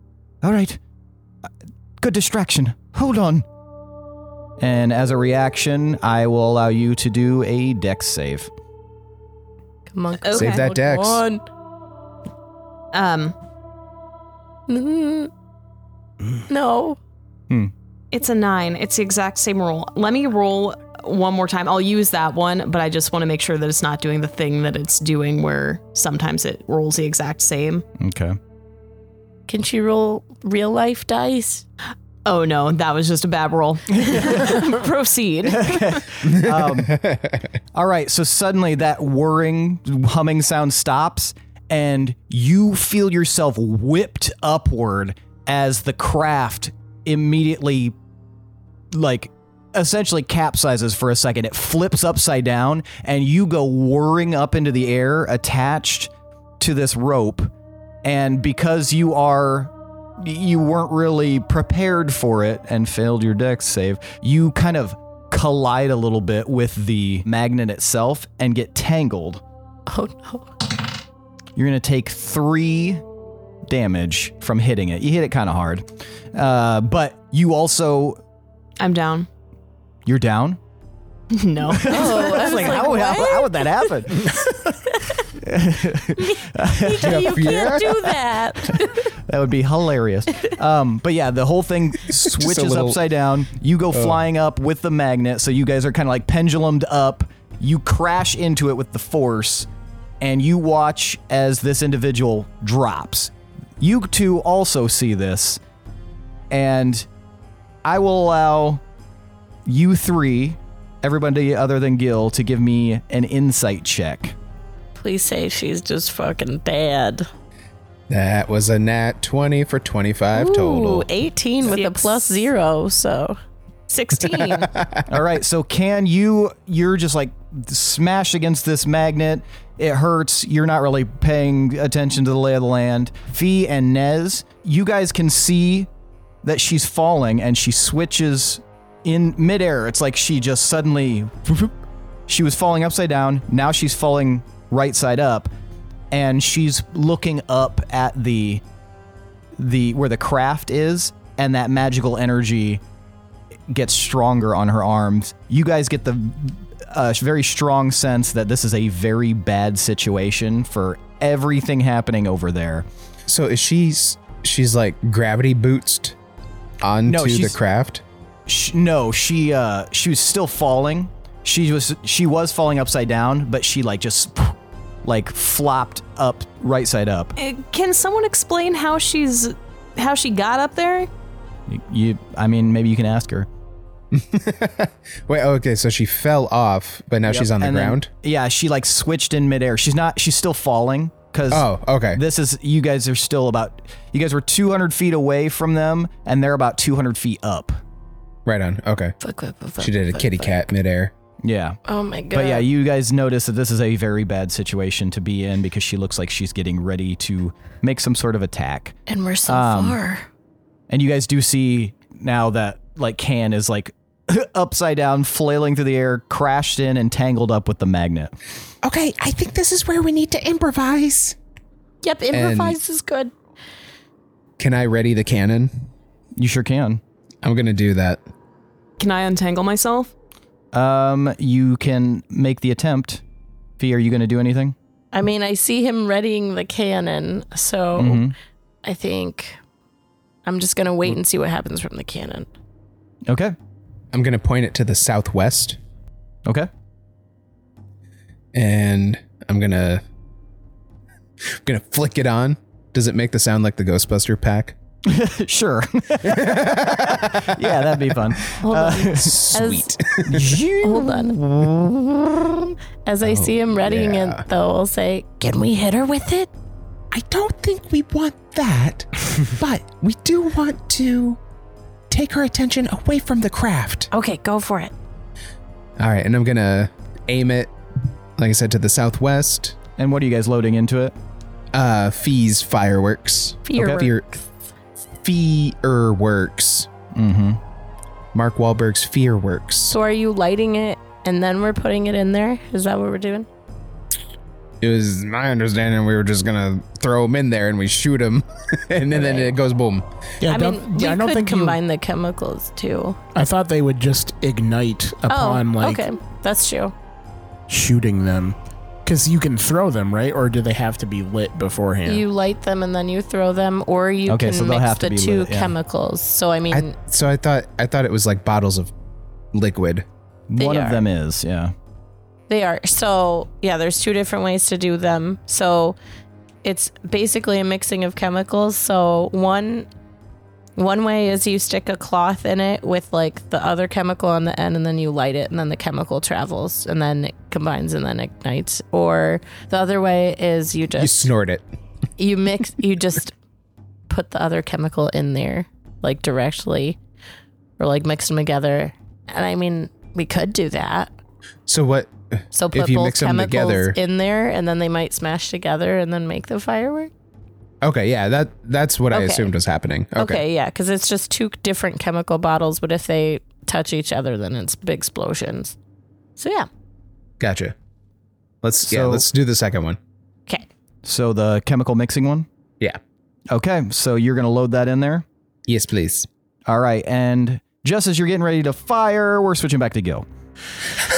B: All right. Uh, Good distraction. Hold on. And as a reaction, I will allow you to do a dex save.
A: Come on,
G: Okay.
C: Save that dex.
A: come
G: Um,
A: on. Mm-hmm. No.
C: Hmm.
G: it's a nine. It's the exact same roll. Let me roll one more time. I'll use that one, but I just want to make sure that it's not doing the thing that it's doing where sometimes it rolls the exact same.
B: Okay.
A: Can she roll real life dice?
G: Oh no, that was just a bad
A: <laughs>
G: roll. <laughs> Proceed. <laughs>
B: Um, All right, so suddenly that whirring, humming sound stops, and you feel yourself whipped upward as the craft immediately, like, essentially capsizes for a second. It flips upside down, and you go whirring up into the air, attached to this rope. And because you are you weren't really prepared for it and failed your dex save, you kind of collide a little bit with the magnet itself and get tangled.
A: Oh no.
B: You're going to take three damage from hitting it. You hit it kind of hard. Uh, but you also,
G: I'm down.
B: you're down?
G: No.
A: Oh, I was
B: Like,
A: like,
B: how, would, how, how would that
A: <laughs>
B: happen? <laughs>
A: Mika, you can't do that.
B: <laughs> That would be hilarious. Um, but yeah, the whole thing switches
C: little-
B: upside down. You go flying up with the magnet, so you guys are kind of like pendulumed up. You crash into it with the force, and you watch as this individual drops. You two also see this, and I will allow you three, everybody other than Gil, to give me an insight check.
A: Please say she's just fucking dead.
C: That was a nat 20 for 25 total.
A: Ooh, 18 with a
G: Six.
A: plus zero, so
G: 16.
B: <laughs> All right, so can you you're just like smash against this magnet. It hurts. You're not really paying attention to the lay of the land. Fee and Nez, you guys can see that she's falling and she switches in midair. It's like she just suddenly she was falling upside down. Now she's falling right side up and she's looking up at the the where the craft is and that magical energy gets stronger on her arms. You guys get the uh, very strong sense that this is a very bad situation for everything happening over there.
C: So is she's she's like gravity bootsed onto
B: No,
C: the
B: she's-
C: craft?
B: Sh no, she uh, she was still falling. She was she was falling upside down, but she like just like flopped up right side up.
G: Uh, Can someone explain how she's how she got up there?
B: You, I mean, maybe you can ask her.
C: <laughs> Wait, oh, okay, so she fell off, but now she's on the
B: And then-
C: ground.
B: yeah, she like switched in midair. She's not. She's still falling because
C: Oh, okay.
B: This is you guys are still about you guys were 200 feet away from them and they're about 200 feet up.
C: right on. Okay.
A: fuck, fuck, fuck,
C: She did a
A: fuck,
C: kitty
A: fuck.
C: cat midair.
B: Yeah.
A: Oh my god.
B: But yeah, you guys notice that this is a very bad situation to be in because she looks like she's getting ready to make some sort of attack.
A: and we're so
B: um,
A: far.
B: And you guys do see now that like Can is like <laughs> upside down, flailing through the air, crashed in and tangled up with the magnet.
F: Okay, I think this is where we need to improvise.
A: Yep, improvise is good.
C: Can I ready the cannon?
B: You sure can.
C: I'm going to do that.
G: Can I untangle myself?
B: Um, you can make the attempt. Fee, are you going to
C: <laughs>
B: do anything?
A: I mean, I see him readying the cannon, so
B: Mm-hmm.
A: I think I'm just gonna wait and see what happens from the cannon.
B: Okay.
C: I'm going to point it to the southwest
B: Okay.
C: and I'm going <laughs> to I'm going to flick it on. Does it make the sound like the Ghostbuster pack?
B: Sure. <laughs> yeah, that'd be fun.
A: Hold on,
C: Uh,
A: <laughs>
C: Sweet.
A: hold on. As I see him readying
C: yeah.
A: it, though, I'll say, "Can we hit her with it?"
F: I don't think we want
A: <laughs>
F: that, but we do want to take her attention away from the craft.
A: Okay, go for it.
C: <laughs> All right, and I'm going to aim it like I said to the southwest.
B: And what are you guys loading into it?
C: Uh Fee's fireworks.
A: Fear.
C: Fear. Fearworks.
B: Mm-hmm.
C: Mark Wahlberg's Fearworks.
A: So, are you lighting it and then we're putting it in there? Is that what we're doing?
C: It was my understanding we were just gonna throw him in there and we shoot him, <laughs> and then, then it goes boom.
D: Yeah,
A: I
D: don't,
A: mean, we
D: yeah, I don't
A: could
D: think you-
A: combine the chemicals too.
D: I thought they would just ignite upon
A: oh,
D: like
A: okay, that's true.
D: shooting them, because you can throw them, right? Or do they have to be lit beforehand?
A: You light them and then you throw them, or you
B: Okay,
A: can
B: so they'll
A: mix
B: have to
A: the
B: be
A: two
B: lit, yeah.
A: chemicals. So, I mean,
C: I, so I thought I thought it was like bottles of liquid.
A: They
B: One of
A: are.
B: them is, yeah.
A: They are. So, yeah, there's two different ways to do them. So, it's basically a mixing of chemicals. So one one way is you stick a cloth in it with like the other chemical on the end and then you light it and then the chemical travels and then it combines and then ignites. Or the other way is you
C: You
A: just
C: snort it.
A: you mix you just put the other chemical in there like directly or like mix them together. And I mean, we could do that.
C: So what?
A: So
C: If
A: put
C: you
A: both
C: mix 'em
A: chemicals
C: together-
A: in there, and then they might smash together, and then make the firework.
C: Okay, yeah, that that's what I
A: Okay.
C: assumed was happening. Okay.
A: Okay, yeah, because it's just two different chemical bottles, but if they touch each other, then it's big explosions. So yeah,
C: Gotcha. Let's yeah,
B: So-
C: let's do the second one.
A: okay.
B: So the chemical mixing one?
C: Yeah.
B: Okay, so you're going to load that in there?
C: Yes, please.
B: All right, and just as you're getting ready to fire, we're switching back to Gil.
C: <laughs>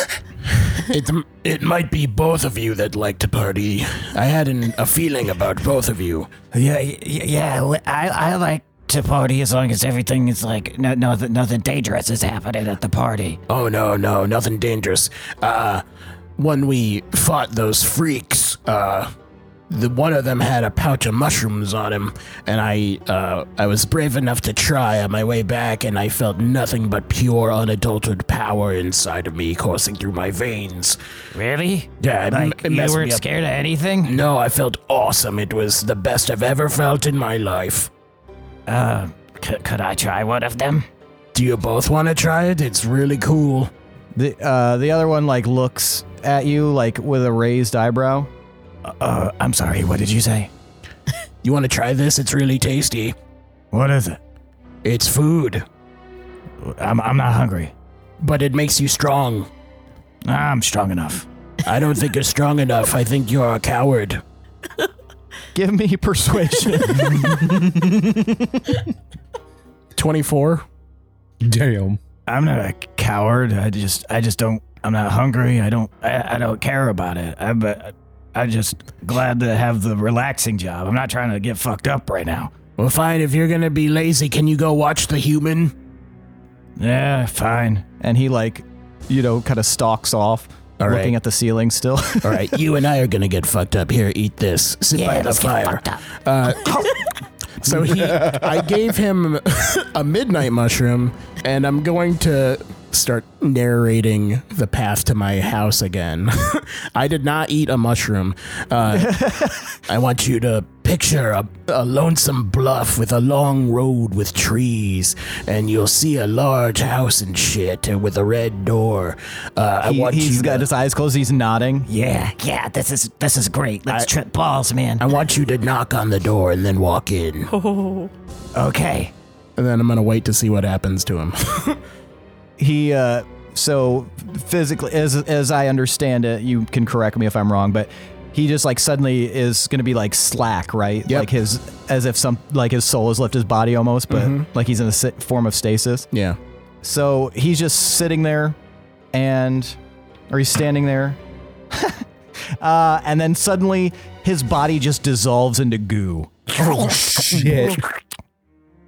D: It it might be both of you that like to party. I had an, a feeling about both of you.
H: Yeah, y- y- yeah. li- I, I like to party as long as everything is like no, nothing, nothing dangerous is happening at the party.
D: Oh no, no, nothing dangerous. Uh when we fought those freaks, uh the one of them had a pouch of mushrooms on him, and I uh I was brave enough to try on my way back and I felt nothing but pure unadulterated power inside of me coursing through my veins.
H: Really?
D: Yeah, it, m-
H: Like
D: it
H: you
D: messed
H: weren't
D: me up.
H: scared of anything?
D: No, I felt awesome. It was the best I've ever felt in my life.
H: Uh, c- could I try one of them?
D: Do you both want to try it? It's really cool.
B: The uh, the other one like looks at you like with a raised eyebrow.
H: Uh, I'm sorry. What did you say?
D: <laughs> You want to try this? It's really tasty.
H: What is it?
D: It's food,
H: I'm I'm not hungry.
D: but it makes you strong.
H: I'm strong enough.
D: I don't think you're strong enough. I think you're a coward.
B: Give me persuasion. <laughs>
D: 24.
C: Damn.
H: I'm not a coward. I just I just don't. I'm not hungry. I don't I, I don't care about it. I but I'm just glad to have the relaxing job. I'm not trying to get fucked up right now.
D: Well, fine. If you're going to be lazy, can you go watch The Human?
H: Yeah, fine.
B: and he like, you know, kind of stalks off,
D: All right.
B: looking at the ceiling still. <laughs>
D: All right. you and I are going to get fucked up. Here, eat this. Sit by the fire. Uh, so
C: <laughs>
D: <laughs> he, I gave him a midnight mushroom, and I'm going to start narrating the path to my house again. <laughs> I did not eat a mushroom. Uh, I want you to picture a, a lonesome bluff with a long road with trees, and you'll see a large house and shit uh, with a red door. Uh, I
B: he,
D: want
B: has
D: you
B: got
D: to,
B: his eyes closed. He's nodding.
H: Yeah, yeah. This is this is great. Let's trip balls, man.
D: I want you to knock on the door and then walk <laughs> in.
H: Okay.
D: And then I'm gonna wait to see what happens to him. <laughs>
B: he uh so physically as as i understand it you can correct me if i'm wrong but he just like suddenly is gonna be like slack right
D: Yep.
B: like his as if some like his soul has left his body almost but like he's in a sit- form of stasis
D: Mm-hmm. yeah.
B: so he's just sitting there and or he's standing there <laughs> uh and then suddenly his body just dissolves into goo
C: Shit.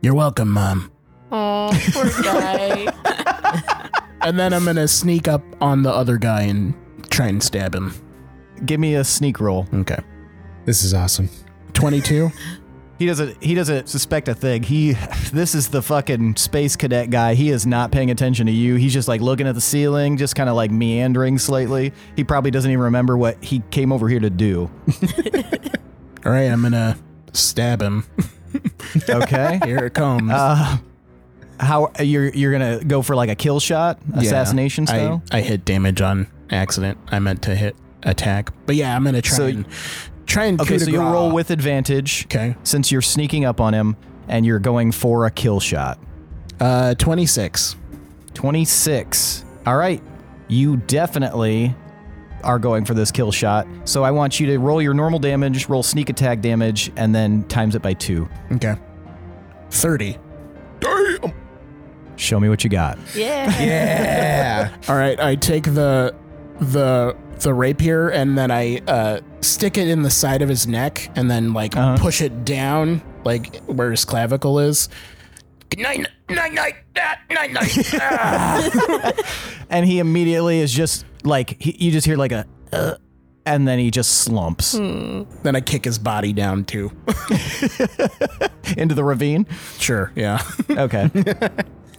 D: You're welcome, Mom.
A: Oh, poor guy.
D: And then I'm gonna sneak up on the other guy and try and stab him.
B: give me a sneak roll
D: Okay.
C: This is awesome.
D: 22?
B: He doesn't. He doesn't suspect a thing. He. <laughs> This is the fucking space cadet guy. He is not paying attention to you. He's just like looking at the ceiling, just kind of like meandering slightly. He probably doesn't even remember what he came over here to
D: <laughs>
B: do.
D: All right, I'm gonna stab him.
B: Okay.
D: Here it comes.
B: uh, how you're you're gonna go for like a kill shot,
D: Yeah.
B: assassination style?
D: I, I hit damage on accident. I meant to hit attack. But yeah, I'm gonna try
B: So-
D: and try and
B: okay,
D: coup de
B: so you'll
D: grace.
B: roll with advantage
D: Okay.
B: since you're sneaking up on him and you're going for a kill shot.
D: Uh 26.
B: 26. All right. You definitely are going for this kill shot. So I want you to roll your normal damage, roll sneak attack damage, and then times it by two.
D: Okay. 30.
B: Show me what you got.
A: yeah.
C: Yeah.
D: <laughs> All right, I take the the the rapier and then I uh, stick it in the side of his neck and then like
B: Uh-huh.
D: push it down like where his clavicle is. Good Night, night, night, ah, night, night. Ah.
B: And he immediately is just like, he, you just hear like a, uh, and then he just slumps
D: Hmm. Then I kick his body down too.
B: <laughs> into the ravine.
D: Sure, yeah.
B: <laughs> Okay.
D: <laughs>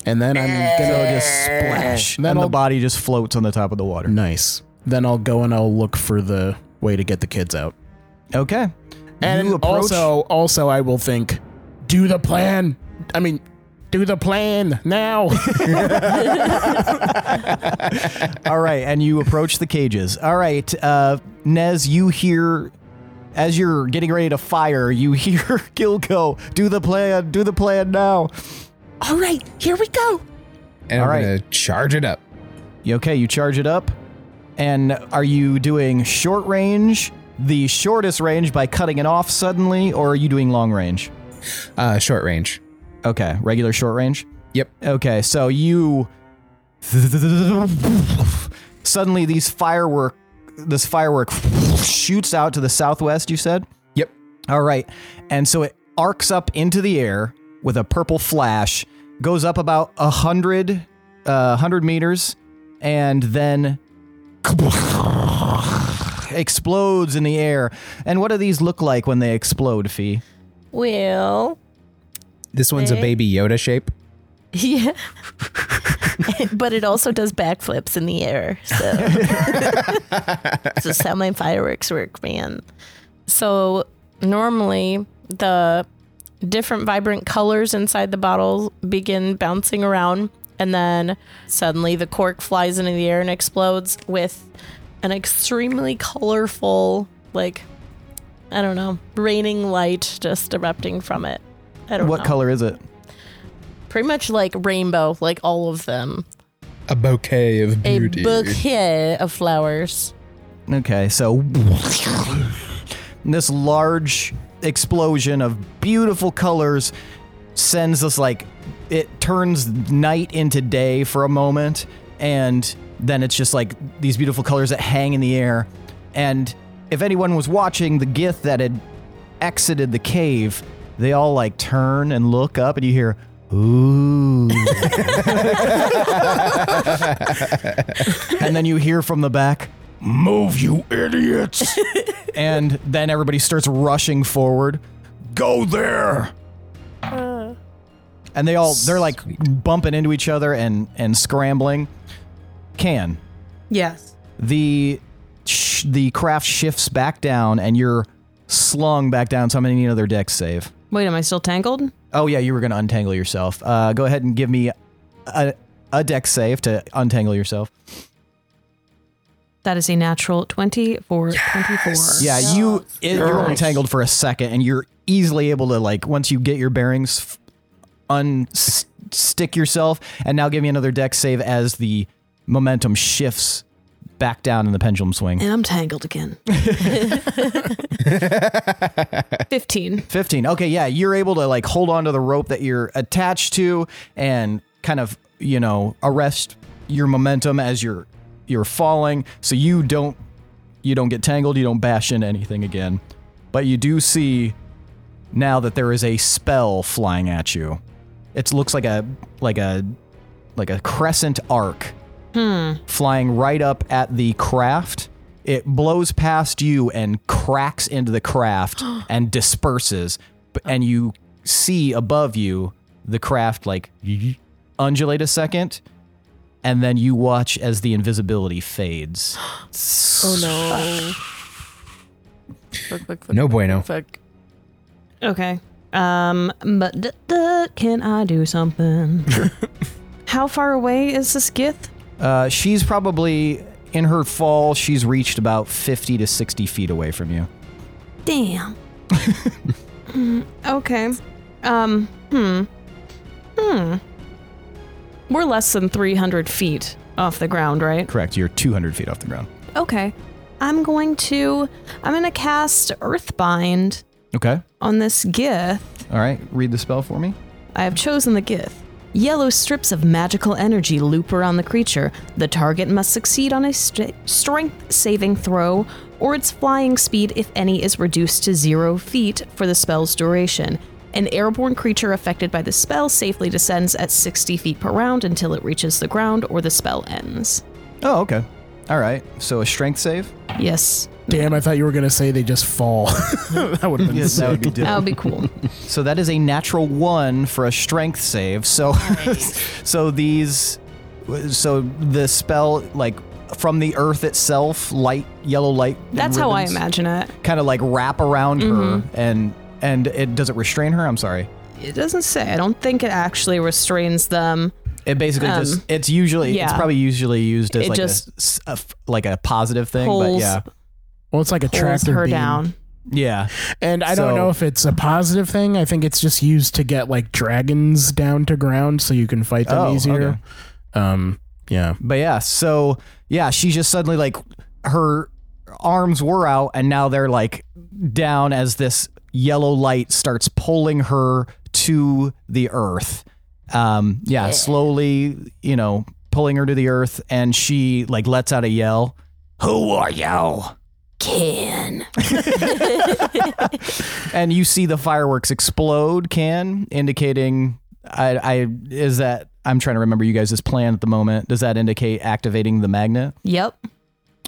D: And then I'm gonna
B: just splash.
D: And
B: And
D: then
B: the
D: I'll-
B: body just floats on the top of the water.
D: nice. Then I'll go and I'll look for the way to get the kids out.
B: Okay.
D: And
B: You approach-
D: also, also, I will think, do the plan. I mean, do the plan now. <laughs>
B: All right, and you approach the cages. All right, uh, Nez, you hear as you're getting ready to fire, you <laughs> hear Gilgo, do the plan, do the plan now.
F: All right, here we go.
C: And
B: All
C: I'm
B: right.
C: gonna charge it up.
B: You okay, you charge it up. And are you doing short range, the shortest range by cutting it off suddenly, or are you doing long range?
C: Uh, short range.
B: Okay, regular short range?
C: Yep.
B: Okay, so you suddenly these firework this firework shoots out to the southwest, you said?
C: Yep.
B: All right. And so it arcs up into the air with a purple flash, goes up about a hundred uh hundred meters, and then explodes in the air. And what do these look like when they explode, Fee?
A: Well,
C: This one's a
A: Okay.
C: baby Yoda shape.
A: <laughs> yeah. but it also does backflips in the air. So that's just how my fireworks work, man. So normally the different vibrant colors inside the bottle begin bouncing around and then suddenly the cork flies into the air and explodes with an extremely colorful like I don't know, raining light just erupting from it. I don't
B: What
A: know
B: color is it?
A: pretty much like rainbow, like all of them.
C: A bouquet of
A: A
C: beauty.
A: bouquet of flowers.
B: Okay, so this large explosion of beautiful colors sends us like it turns night into day for a moment, and then it's just like these beautiful colors that hang in the air. And if anyone was watching the gith that had exited the cave, they all like turn and look up, and you hear, ooh. <laughs> and then you hear from the back,
H: Move, you
D: <laughs>
H: idiots!
B: and then everybody starts rushing forward
H: Go there!
A: <laughs>
B: and they all they're like bumping into each other and and scrambling can
J: Yes.
B: the sh- the craft shifts back down and you're slung back down so i'm gonna need another deck save
G: Wait, am I still tangled?
B: oh yeah you were gonna untangle yourself uh go ahead and give me a a deck save to untangle yourself
G: That is a natural 20 for 24.
B: yeah you it, you're only tangled for a second and you're easily able to like once you get your bearings f- unstick yourself and now give me another deck save as the momentum shifts back down in the pendulum swing
G: And I'm tangled again. <laughs>
B: <laughs>
G: 15.
B: 15. Okay, yeah, you're able to like hold on to the rope that you're attached to and kind of, you know, arrest your momentum as you're you're falling so you don't you don't get tangled, you don't bash into anything again. But you do see now that there is a spell flying at you. It looks like a like a like a crescent arc
A: Hmm.
B: flying right up at the craft. It blows past you and cracks into the
G: <gasps>
B: craft and disperses. B- And you see above you the craft like undulate a second. And then you watch as the invisibility
G: <gasps>
B: fades.
J: Oh no. Fuck, fuck, fuck,
C: No bueno.
J: fuck.
G: Okay. Um, but d- d- can I do something? How far away is this gith?
B: Uh, she's probably in her fall, she's reached about 50 to 60 feet away from you.
G: Damn. Mm, okay. Um, hmm. Hmm. We're less than 300 feet off the ground, right?
B: Correct. You're 200 feet off the ground.
G: Okay. I'm going to I'm going to cast Earthbind
B: Okay.
G: on this gith.
B: All right. Read the spell for me.
G: I have chosen the Gith. Yellow strips of magical energy loop around the creature. The target must succeed on a st- strength saving throw, or its flying speed, if any, is reduced to zero feet for the spell's duration. An airborne creature affected by the spell safely descends at 60 feet per round until it reaches the ground or the spell ends.
B: Oh, okay. All right. So a strength save.
G: Yes.
D: Damn, I thought you were gonna say they just fall. <laughs> that would have been
B: Yes, that would
D: sick.
B: be dope.
G: That would be cool.
B: <laughs> So that is a natural one for a strength save. So, <laughs> so these, so the spell like from the earth itself, light yellow light.
G: That's how I imagine it. Mm-hmm.
B: Kind of like wrap around her and and it does it restrain her. I'm sorry.
G: It doesn't say. I don't think it actually restrains them.
B: It basically
G: Um,
B: just it's usually it's
G: yeah.
B: probably usually used as
G: It
B: like
G: just
B: a, s- a f- like a positive thing, but
G: pulls-
B: yeah,
D: Well, it's like a
G: Pulls
D: tractor
G: her
D: beam.
G: down.
B: yeah.
D: And I don't
B: So-
D: know if it's a positive thing. I think it's just used to get like dragons down to ground so you can fight them
B: Oh,
D: easier.
B: okay.
D: Um, yeah.
B: But yeah, so yeah, she's just suddenly like her arms were out and now they're like down as this yellow light starts pulling her to the earth. Um yeah, slowly, you know, pulling her to the earth and she like lets out a yell. Who are you?
E: Can.
B: And you see the fireworks explode, can indicating I I is that I'm trying to remember you guys' plan at the moment. Does that indicate activating the magnet?
G: Yep.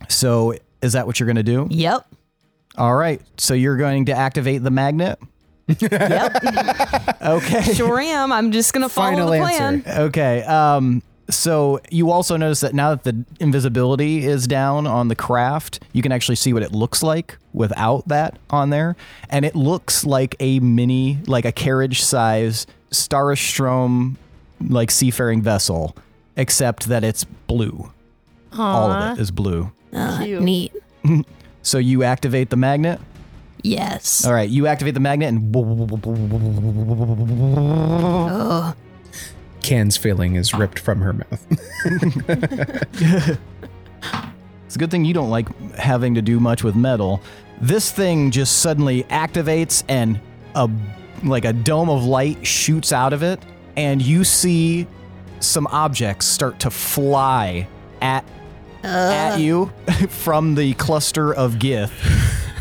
B: So is that what you're going to do?
G: Yep.
B: All right. So you're going to activate the magnet? <laughs> Okay.
G: <laughs> Sure am. I'm just gonna follow
C: Final
G: the plan.
C: answer.
B: Okay. Um so you also notice that now that the invisibility is down on the craft, you can actually see what it looks like without that on there, and it looks like a mini, like a carriage-size Starstrom, like seafaring vessel, except that it's blue. All of it is blue.
G: Ah,
E: Uh,
J: Cute.
E: neat.
B: So you activate the magnet.
E: Yes.
B: All right, you activate the magnet, and
E: Oh,
C: Can's feeling is ripped from her mouth. <laughs>
B: It's a good thing you don't like having to do much with metal. This thing just suddenly activates and a like a dome of light shoots out of it and you see some objects start to fly at at you <laughs> from the cluster of gith.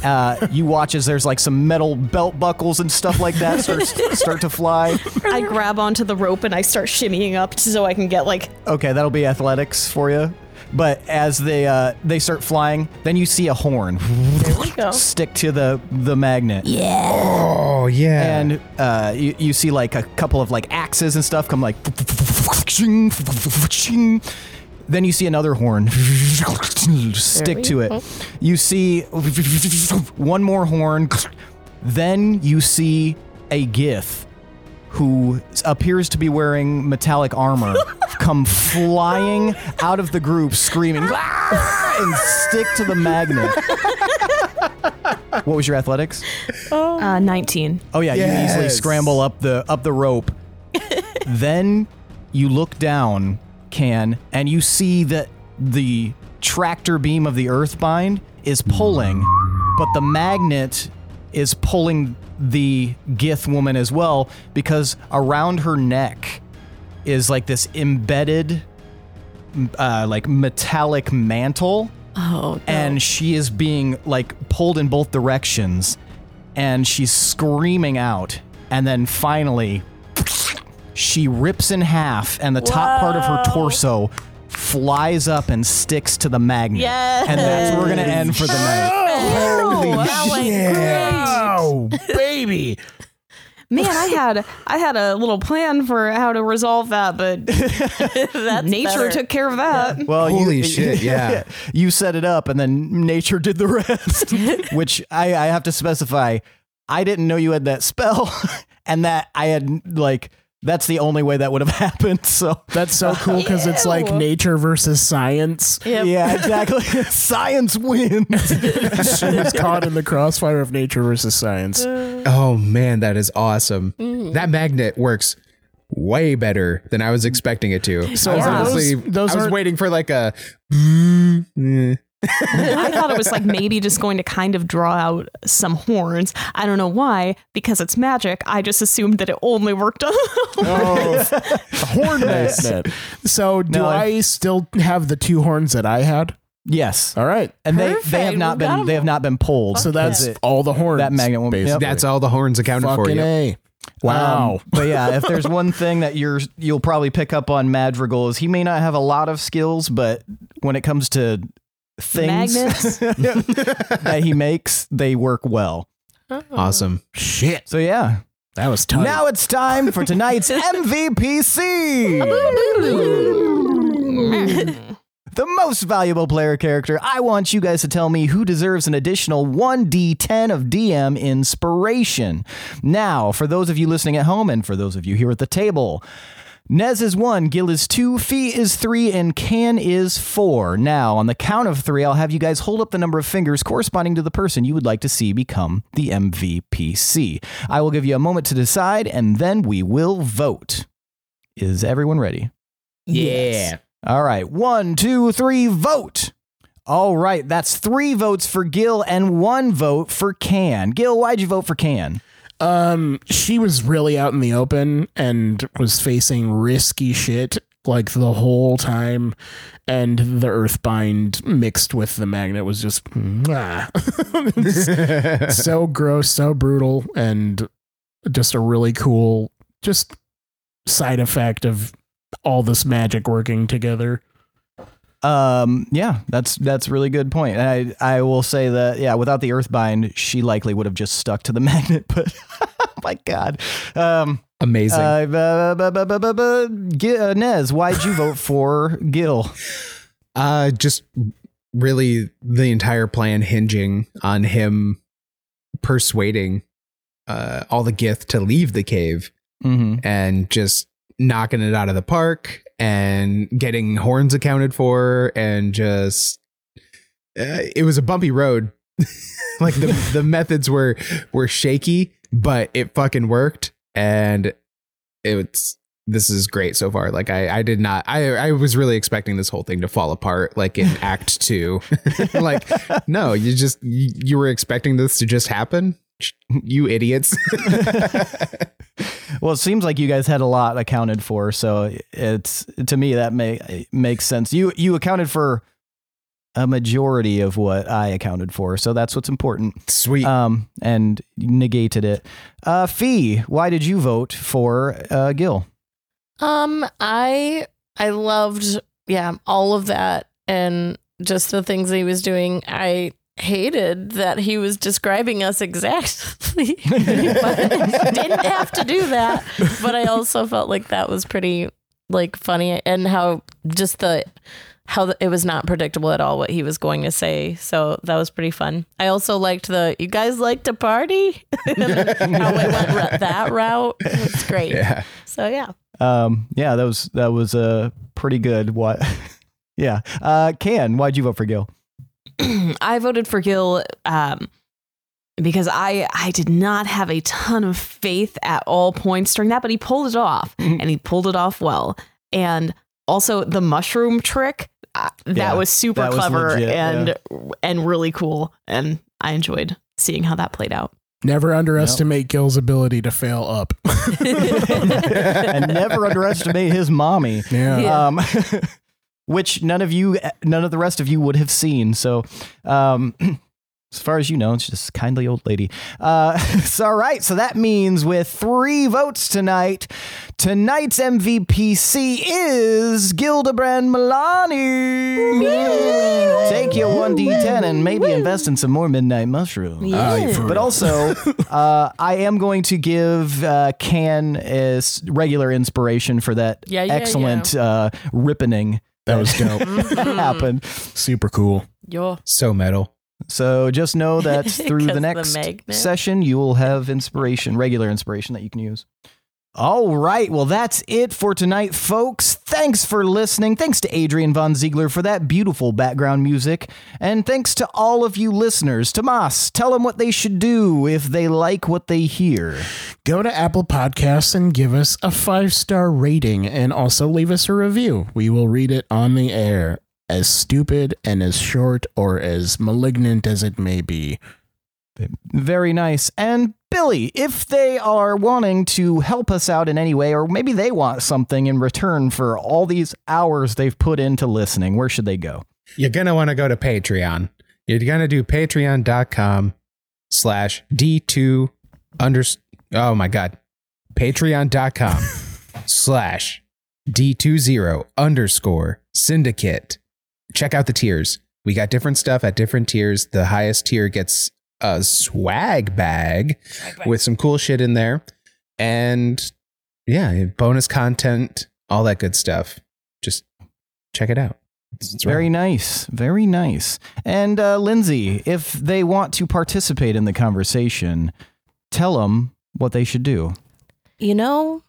B: Uh, you watch as there's like some metal belt buckles and stuff like that start, start to fly.
G: <laughs> I grab onto the rope and I start shimmying up so I can get like
B: Okay, that'll be athletics for you. But as they uh, they start flying, then you see a horn <laughs> stick to the the magnet,
E: yeah.
C: Oh yeah.
B: and uh, you, you see like a couple of like axes and stuff come like. <laughs> Then you see another horn <laughs> stick to it. You see one more horn. Then you see a gith who appears to be wearing metallic armor come flying out of the group screaming "Ah!" and stick to the magnet. what was your athletics?
G: uh, 19.
B: Oh yeah, you easily
C: Yes.
B: scramble up the up the rope. then you look down, can, and you see that the tractor beam of the earthbind is pulling, but the magnet is pulling the Gith woman as well because around her neck is like this embedded uh, like metallic mantle
J: Oh,
B: and she is being like pulled in both directions and she's screaming out and then finally she rips in half and the top part of her torso flies up and sticks to the magnet and that's where we're gonna end for the night
D: Oh, baby.
G: Man, I had I had a little plan for how to resolve that,
C: <laughs>
G: but nature
J: better.
G: took care of that.
B: well <laughs>
C: Holy shit, yeah.
B: you set it up and then nature did the rest
G: <laughs>
B: which I, I have to specify i didn't know you had that spell <laughs> and that i had like that's the only way that would have <laughs> happened so
D: That's so cool because it's like
J: Ew.
D: nature versus
J: <laughs>
D: science.
B: Yeah, exactly. <laughs> Science
D: <laughs>
B: wins.
D: she was caught in the crossfire of nature versus science.
B: Uh.
C: oh man, that is awesome.
B: Mm-hmm.
C: That magnet works way better than I was expecting it to. So I was
D: are those-
C: honestly,
D: those
C: I was
D: aren't-
C: waiting for like a.
G: I thought it was like maybe just going to kind of draw out some horns. I don't know why, because it's magic. I just assumed that it only worked on.
C: Oh.
D: <laughs> Horn magnet. So, do
B: No, I-
D: I still have the two horns that I had?
B: Yes,
D: All right.
B: and they, they have
J: Perfect.
B: not
J: We got
B: been
J: 'em.
B: they have not been pulled.
D: So that's
B: it.
D: all the horns.
B: That magnet won't- yep.
D: basically.
C: That's all the horns accounted for.
D: fucking
C: Yep.
D: a. Wow.
B: Um, but yeah,
D: <laughs>
B: if there's one thing that you're you'll probably pick up on Madrigal is he may not have a lot of skills, but when it comes to things
G: Magnets?
B: <laughs> that he makes, they work well.
C: Awesome.
D: Shit.
B: So yeah.
D: That was tough.
B: Now it's time for tonight's <laughs> MVPC. <laughs> The most valuable player character. I want you guys to tell me who deserves an additional 1d10 of DM inspiration. Now, for those of you listening at home and for those of you here at the table, Nez is one, Gil is two, Fee is three, and Can is four. Now, on the count of three, I'll have you guys hold up the number of fingers corresponding to the person you would like to see become the MVPC. I will give you a moment to decide, and then we will vote. Is everyone ready?
C: Yeah.
B: All right, one, two, three, vote. All right, that's three votes for Gil and one vote for Can. Gil, why'd you vote for Can?
D: Um, she was really out in the open and was facing risky shit like the whole time, and the Earthbind <laughs> mixed with the magnet was just <laughs> "Mwah." so gross, so brutal, and just a really cool just side effect of all this magic working together.
B: Um, yeah, that's that's a really good point. And I I will say that yeah, without the Earthbind, she likely would have just stuck to the <laughs> magnet. But my God, um,
C: Amazing.
B: uh, bu- bu- bu- bu- bu- bu- Gi- uh, Nez, why'd
C: <laughs>
B: you vote for Gil?
C: Uh, just really the entire plan hinging on him persuading uh, all the Gith to leave the cave
B: Mm-hmm.
C: and just knocking it out of the park and getting horns accounted for and just uh, it was a bumpy road. <laughs> like
B: <laughs>
C: the the methods were were shaky, but it fucking worked and it's this is great so far. Like I, I did not I I was really expecting this whole thing to fall apart like in act 2. <laughs> like no, you just you, you were expecting this to just happen? <laughs> You idiots.
B: <laughs> Well, it seems like you guys had a lot accounted for, so it's to me that may makes sense. You you accounted for a majority of what I accounted for, so that's what's important.
C: Sweet.
B: um, and negated it. Uh, Fee, why did you vote for uh, Gil?
J: Um, I I loved yeah all of that and just the things that he was doing. I hated that he was describing us <laughs> exactly. But didn't have to do that, but I also felt like that was pretty like funny and how just the how the, it was not predictable at all what he was going to say. So that was pretty fun. I also liked the you guys like to party. <laughs> how it went ru- that route. It's great.
C: yeah.
J: So yeah.
B: Um, yeah, that was that was uh, pretty good. What? <laughs> yeah, uh, Can, why'd you vote for Gil?
G: <clears throat> I voted for Gil um, because I I did not have a ton of faith at all points during that, but he pulled it off,
B: Mm-hmm.
G: and he pulled it off well. And also the mushroom trick uh, that
B: Yeah,
G: was super
B: that was
G: clever
B: legit,
G: and and really cool, and I enjoyed seeing how that played
B: <laughs>
G: out. <laughs>
D: Never underestimate Gil's ability to fail up.
B: and never
D: <laughs>
B: underestimate his mommy.
D: Yeah.
B: Um, <laughs> which none of you, none of the rest of you would have seen. So, um, <clears throat> as far as you know, it's just a kindly old lady. Uh, <laughs> it's all right. So that means with three votes tonight, tonight's MVPC is Gildebrand Milani. Take your 1d10 and maybe invest in some more Midnight Mushroom. But also,
D: <laughs>
B: uh, I am going to give uh, Can is regular inspiration for that
J: Yeah, yeah,
B: excellent Uh, rippening
D: That was dope.
B: that <laughs> happened.
J: Mm-hmm.
D: Super cool.
J: Yo.
C: So metal.
B: So just know that through
J: 'Cause
B: the
J: the
B: next
J: magnet.
B: session, you will have inspiration, regular inspiration that you can use. All right. Well, that's it for tonight, folks. Thanks for listening. Thanks to Adrian Von Ziegler for that beautiful background music. And thanks to all of you listeners. Tomas, tell them what they should do if they like what they hear.
D: Go to Apple Podcasts and give us a five star rating and also leave us a review. We will read it on the air, as stupid and as short or as malignant as it may be.
B: Very nice. And Billy, if they are wanting to help us out in any way, or maybe they want something in return for all these hours they've put into listening, where should they go?
C: You're gonna want to go to Patreon. You're gonna do patreon.com slash D2 under oh my god. <laughs> Patreon.com slash D20 underscore syndicate. Check out the tiers. We got different stuff at different tiers. The highest tier gets a swag bag with some cool shit in there. And yeah, bonus content, all that good stuff. Just check it out. It's, it's
B: Very
C: rad.
B: nice. Very nice. And uh, Lindsay, if they want to participate in the conversation, tell them what they should do.
A: You know,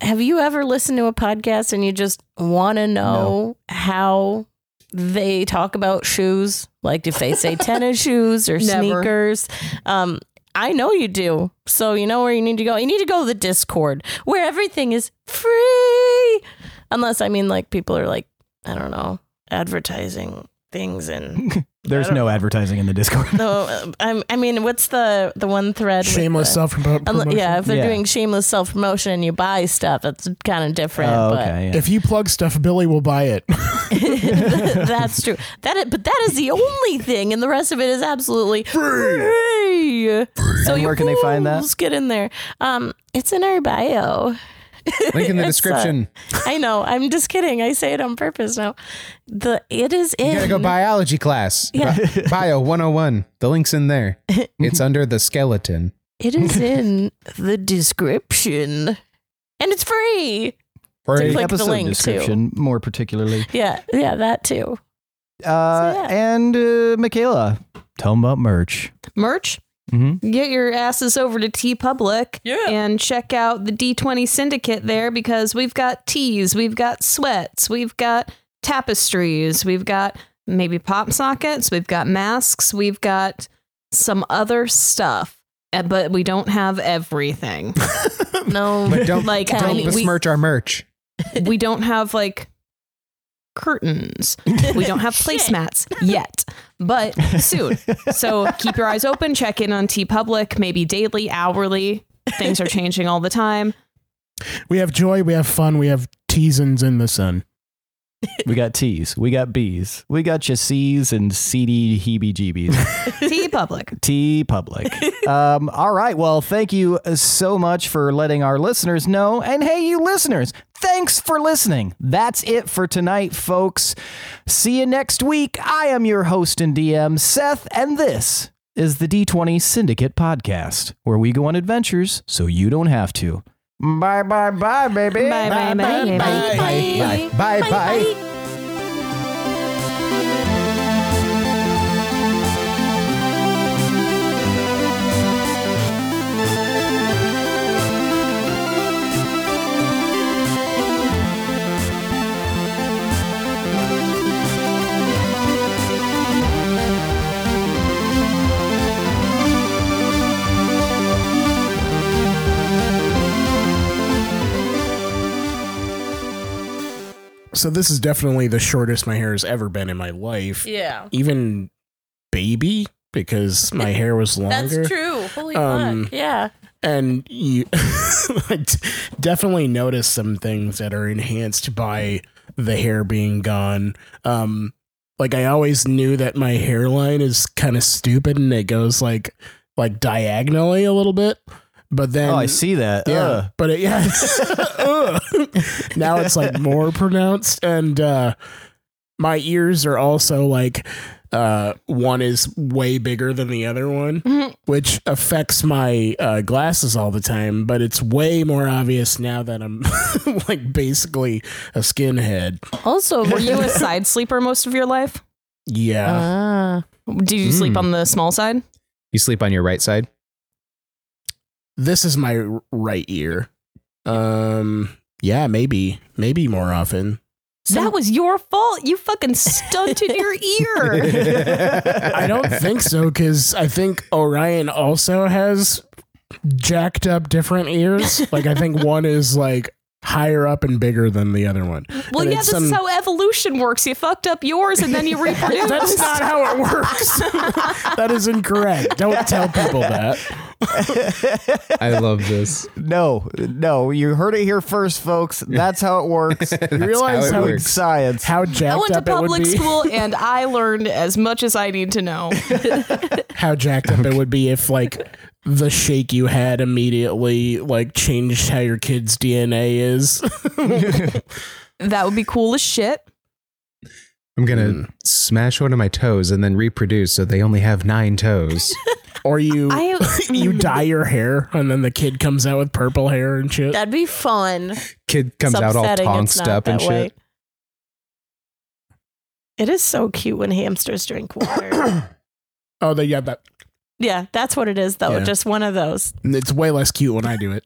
A: have you ever listened to a podcast and you just want to know how they talk about shoes? Like, do they say tennis shoes or
G: Never.
A: sneakers? Um, I know you do. So, you know where you need to go? You need to go to the Discord where everything is free. Unless, I mean, like, people are like, I don't know, advertising things and
B: There's no advertising in the
A: <laughs>
B: Discord.
A: no I, I mean what's the the one thread with
D: Shameless
A: the-
D: self
A: Unle-
D: promotion.
A: yeah, if they're
B: Yeah.
A: doing shameless self promotion and you buy stuff, that's kind of different.
B: Oh, okay. yeah.
D: If you plug stuff, Billy will buy it.
A: But <laughs> that's true. That is, but that is the only thing, and the rest of it is absolutely free. So
B: And
A: you
B: where can they find that?
A: fools Get in there. Um, it's in our bio.
C: Link
G: <laughs>
C: in the
A: <laughs> It's, uh,
C: description.
A: I know. I'm just kidding. I say it on purpose now. The it is in.
C: You gotta
G: <laughs>
C: go biology class. Bi- Bio 101. The link's in
G: <laughs>
C: there. It's under the skeleton.
A: it is in the description, and it's free.
C: Free.
A: Click the
B: Episode
A: link, too.
B: description, more particularly.
A: Yeah, yeah, that too.
B: Uh,
A: <laughs> So, yeah.
B: And uh, Michaela, tell them about merch.
G: merch.
B: Mhm.
G: Get your asses over to T Public and check out the D20 Syndicate there because we've got teas, we've got sweats, we've got tapestries, we've got maybe pop sockets, we've got masks, we've got some other stuff, uh, but we don't have everything.
A: No,
C: But don't,
G: <laughs> Like,
C: don't
G: I mean, we,
C: besmirch our merch.
G: we don't have like
C: <laughs>
G: curtains. We
D: <laughs>
G: don't have placemats yet, but soon. So keep your eyes open, check in on T Public, maybe daily, hourly. Things are changing all the time.
D: we have joy, we have fun, we have teasins in the sun.
B: <laughs> We got T's, we got B's, we got your C's and CD heebie jeebies.
D: <laughs>
A: E
G: T Public.
B: T E Public.
C: <laughs>
B: um, all right. Well, thank you so much for letting our listeners know. And hey, you listeners, thanks for listening. That's it for tonight, folks. See you next week. I am your host and DM, Seth, and this is the D20 Syndicate Podcast, where we go on adventures so you don't have to. Bye, bye, bye, baby.
G: Bye, bye, bye, bye.
C: Bye. Bye. Bye. bye.
D: So this is definitely the shortest my hair has ever been in my life.
J: Yeah.
D: Even baby,
J: <laughs>
D: because my hair was longer.
J: That's true. Holy
D: Um,
J: fuck. Yeah.
D: and you <laughs> I d- definitely notice some things that are enhanced by the hair being gone. Um, like I always knew that my hairline is kind of stupid and it goes like like diagonally a little bit, but then
B: Oh, I see that. Uh.
D: yeah,
B: Ugh.
D: but it, yeah, Ugh. now
B: <laughs>
D: it's like more pronounced, and uh, my ears are also like uh, one is way bigger than the other one,
G: Mhm.
D: which affects my uh, glasses all the time. But it's way more obvious now that I'm <laughs> like basically a skinhead.
A: Also,
G: Were
D: <laughs>
G: you a side sleeper most of your life?
D: Yeah,
A: Ah.
G: Did you sleep
C: Mm.
G: on the small side?
C: You sleep on your right side?
D: this is my r- right ear. Um, yeah, maybe, maybe more often.
G: that was your fault. You fucking stunted
D: <laughs>
G: your ear.
D: I don't think so because I think Orion also has jacked up different
G: <laughs>
D: ears. Like I think one is like higher up and bigger than the other one.
G: Well,
D: And
G: yeah,
D: it's um,
G: this is
D: some-
G: how evolution works. You fucked up yours and then you reproduced.
D: That's not how it
G: <laughs>
D: works. <laughs> that is incorrect. Don't tell people that.
C: Uh, I love this.
B: <laughs> No, no, you heard it here first, folks. That's how
C: <laughs>
B: it works. you realize
C: it
B: how,
C: works.
B: science.
D: How jacked
G: I went to
D: up it would
G: public
D: be.
G: school and I learned as much as I need
D: <laughs>
G: to know.
D: How jacked up it would be if like the shake you had immediately like changed how your kid's DNA is.
G: That would be cool as shit.
C: I'm gonna
B: Hmm.
C: smash one of my toes and then reproduce, so they only have nine
B: <laughs>
C: toes.
D: Or you <laughs>
G: I-
D: you dye your hair and then the kid comes out with purple hair and shit.
A: That'd be fun.
C: Kid comes
A: It's
C: out all
A: upsetting it's
C: tonked
A: not
C: up and
A: that way.
C: shit.
A: It is so cute when hamsters drink water.
D: oh, they got that.
A: yeah, that's what it is though.
D: Yeah.
A: Just one of those.
D: It's way less cute when I do it.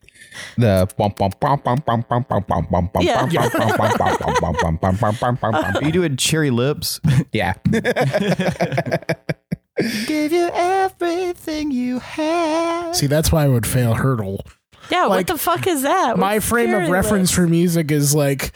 C: The bump bump bump bump bump bump bump bump bump bump
B: <laughs>
A: Yeah.
C: bump bump bump bump bump bump bump bump bump bump bump
B: Are you
C: bump.
B: doing cherry lips?
C: <laughs> Yeah.
B: Give you everything you have.
D: See, that's why I would fail hurdle.
A: Yeah,
D: Like,
A: what the fuck is that?
D: My
A: What's
D: frame of
A: Fury
D: reference
A: Lips?
D: for music is like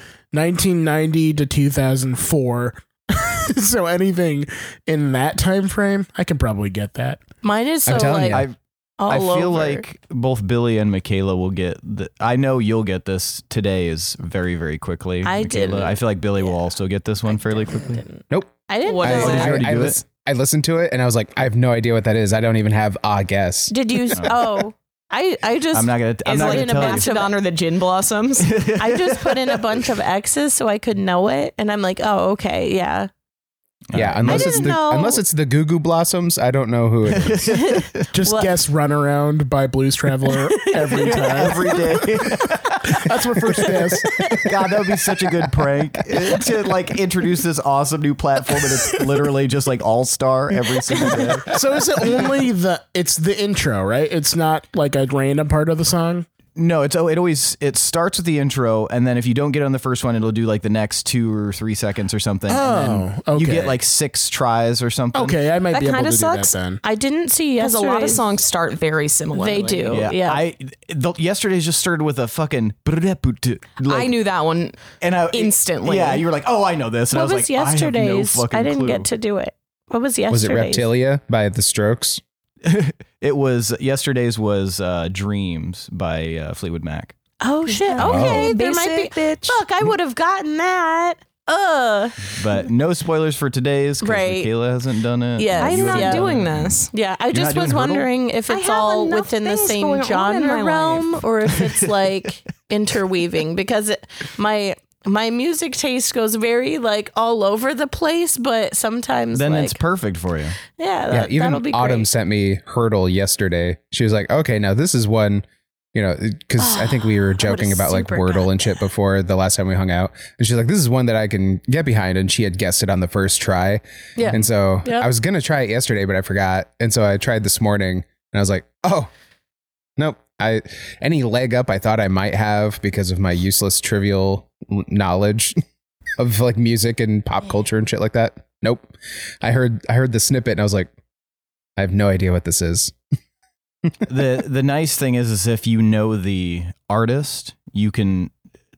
D: 1990 to 2004. <laughs> so anything in that time frame, I can probably get that.
A: Mine is so
C: I'm telling
A: like
C: you.
B: I
A: all
B: I feel
A: over.
B: like both Billy and Michaela will get. The, I know you'll get this today. Is very very quickly.
A: I
B: Michaela,
A: didn't.
B: I feel like Billy will also get this one fairly quickly.
C: Nope.
A: I didn't
G: What
C: I,
G: is
A: know.
G: it?
B: you
C: I,
B: already
C: I,
B: do it?
C: lis- I listened to it and I was like, I have no idea what that is. I don't even have a guess.
A: Did you?
B: <laughs>
C: <laughs>
A: Oh, I I just
B: I'm not gonna. I'm
G: Is
B: not
G: it
B: gonna
G: in a
B: tell you.
G: Mastodon or the Gin Blossoms?
A: <laughs> I just put in a bunch of X's so I could know it, and I'm like, oh, okay, yeah.
C: Yeah,
D: Uh-huh.
C: unless it's the
A: didn't know-
C: unless it's the Goo Goo Blossoms, I don't know who it is.
A: <laughs>
D: Just
A: Well-
D: guess Run Around by Blues
A: <laughs>
D: Traveler every time.
B: Every day.
D: That's my first guess.
B: <laughs> God, that would be such a good
A: <laughs>
B: prank to like introduce this awesome new platform, and
A: <laughs>
B: it's literally just like All Star every single day.
D: So is it only the it's the intro, right? It's not like a random part of the
A: <laughs>
D: song.
B: No, it's oh, it always it starts with the intro, and then if you don't get on the first one, it'll do like the next two or three seconds or something. and then
D: Oh,
B: you get
D: okay.
B: like six tries or something.
D: Okay, I might
G: That
D: be able
G: kinda
D: to
G: sucks.
D: do that then.
A: I didn't see
G: Because a lot of
A: yesterday's-
G: songs start very similar.
A: They do, yeah.
B: Yeah, I the, yesterday's just started with a fucking like,
G: I knew that one.
B: and I
G: instantly.
B: Yeah, you were like, oh, I know this. And
A: what
B: I was,
A: was,
B: like, I have no
A: yesterday's? I,
B: fucking
A: didn't
B: clue.
A: get to do it. What was
C: Was it
A: yesterday's?
C: Reptilia by The Strokes?
B: It was yesterday's was uh, Dreams by uh, Fleetwood Mac.
A: Oh shit! Okay, there might be.
G: bitch.
A: Fuck, I would have gotten that. Uh,
B: But no spoilers for today's because
A: Right.
B: Michaela hasn't done it.
A: Yes.
B: You
G: I'm
A: I'm
G: not
A: not
B: haven't done
G: doing
B: it.
G: this.
A: yeah. I just
B: not
A: was
B: doing Hurdle?
A: wondering if
G: I
A: it's
G: have
A: all
G: enough
A: within the
G: things going
A: same
G: on in my
A: genre
G: life.
A: realm, or if
G: <laughs>
A: it's like interweaving. Because it, my my music taste goes very like all over the place, but sometimes
B: Then
A: like,
B: it's perfect for you.
A: yeah,
C: yeah,
A: that, that'll be
C: even Autumn
A: great.
C: sent me Hurdle yesterday. She was like, okay, now this is one, you know, because I think
A: <sighs>
C: we were joking about like
A: super gotten
C: Wordle and shit before the last time we hung out. And she's like, this is one that I can get behind. And she had guessed it on the first try.
A: Yeah.
C: And so
A: Yep.
C: I was going to try it yesterday, but I forgot. And so I tried this morning and I was like, oh, nope. I any leg up I thought I might have because of my useless trivial knowledge <laughs> of like music and pop culture and shit like that. Nope. I heard I heard the snippet and I was like, I have no idea what this is. <laughs>
B: the the nice thing is is if you know the artist, you can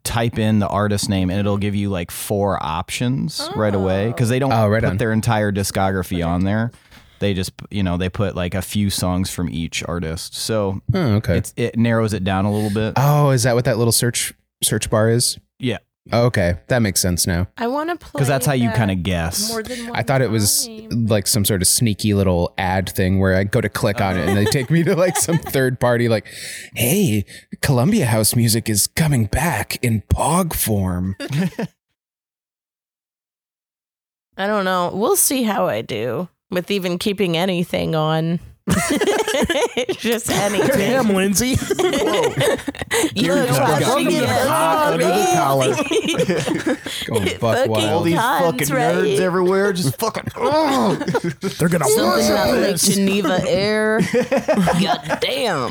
B: type in the artist name and it'll give you like four options right away because they don't
C: Oh, right
B: put
C: on.
B: their entire discography on there. They just you know they put like a few songs from each artist, so
C: Oh, okay.
B: it's, it narrows it down a little bit.
C: oh, is that what that little search search bar is?
B: Yeah.
C: Oh, okay, that makes sense now.
A: I want to play
B: Because that's how you
A: that
B: kind of guess.
A: more than
C: I thought it was
A: one time.
C: like some sort of sneaky little ad thing where I go to click on it and they take me to like
A: <laughs>
C: some third party, like, hey, Columbia House music is coming back in POG form.
B: <laughs>
A: I don't know. We'll see how I do with even keeping anything on. <laughs> Just anything.
D: Damn,
A: <laughs>
D: Lindsay.
A: You
B: Here we
A: look
B: go.
A: like
B: Welcome
A: you
B: to the
A: get
B: pod, under the collar.
A: <laughs>
C: Going buck
B: All
A: Fucking
C: wild.
B: these
A: Cons,
B: fucking
A: right?
B: nerds
C: <laughs>
B: everywhere, just fucking. Oh,
D: They're gonna
G: Something
D: worship
G: about Lake
D: this.
G: Geneva
D: <laughs>
G: air. God damn.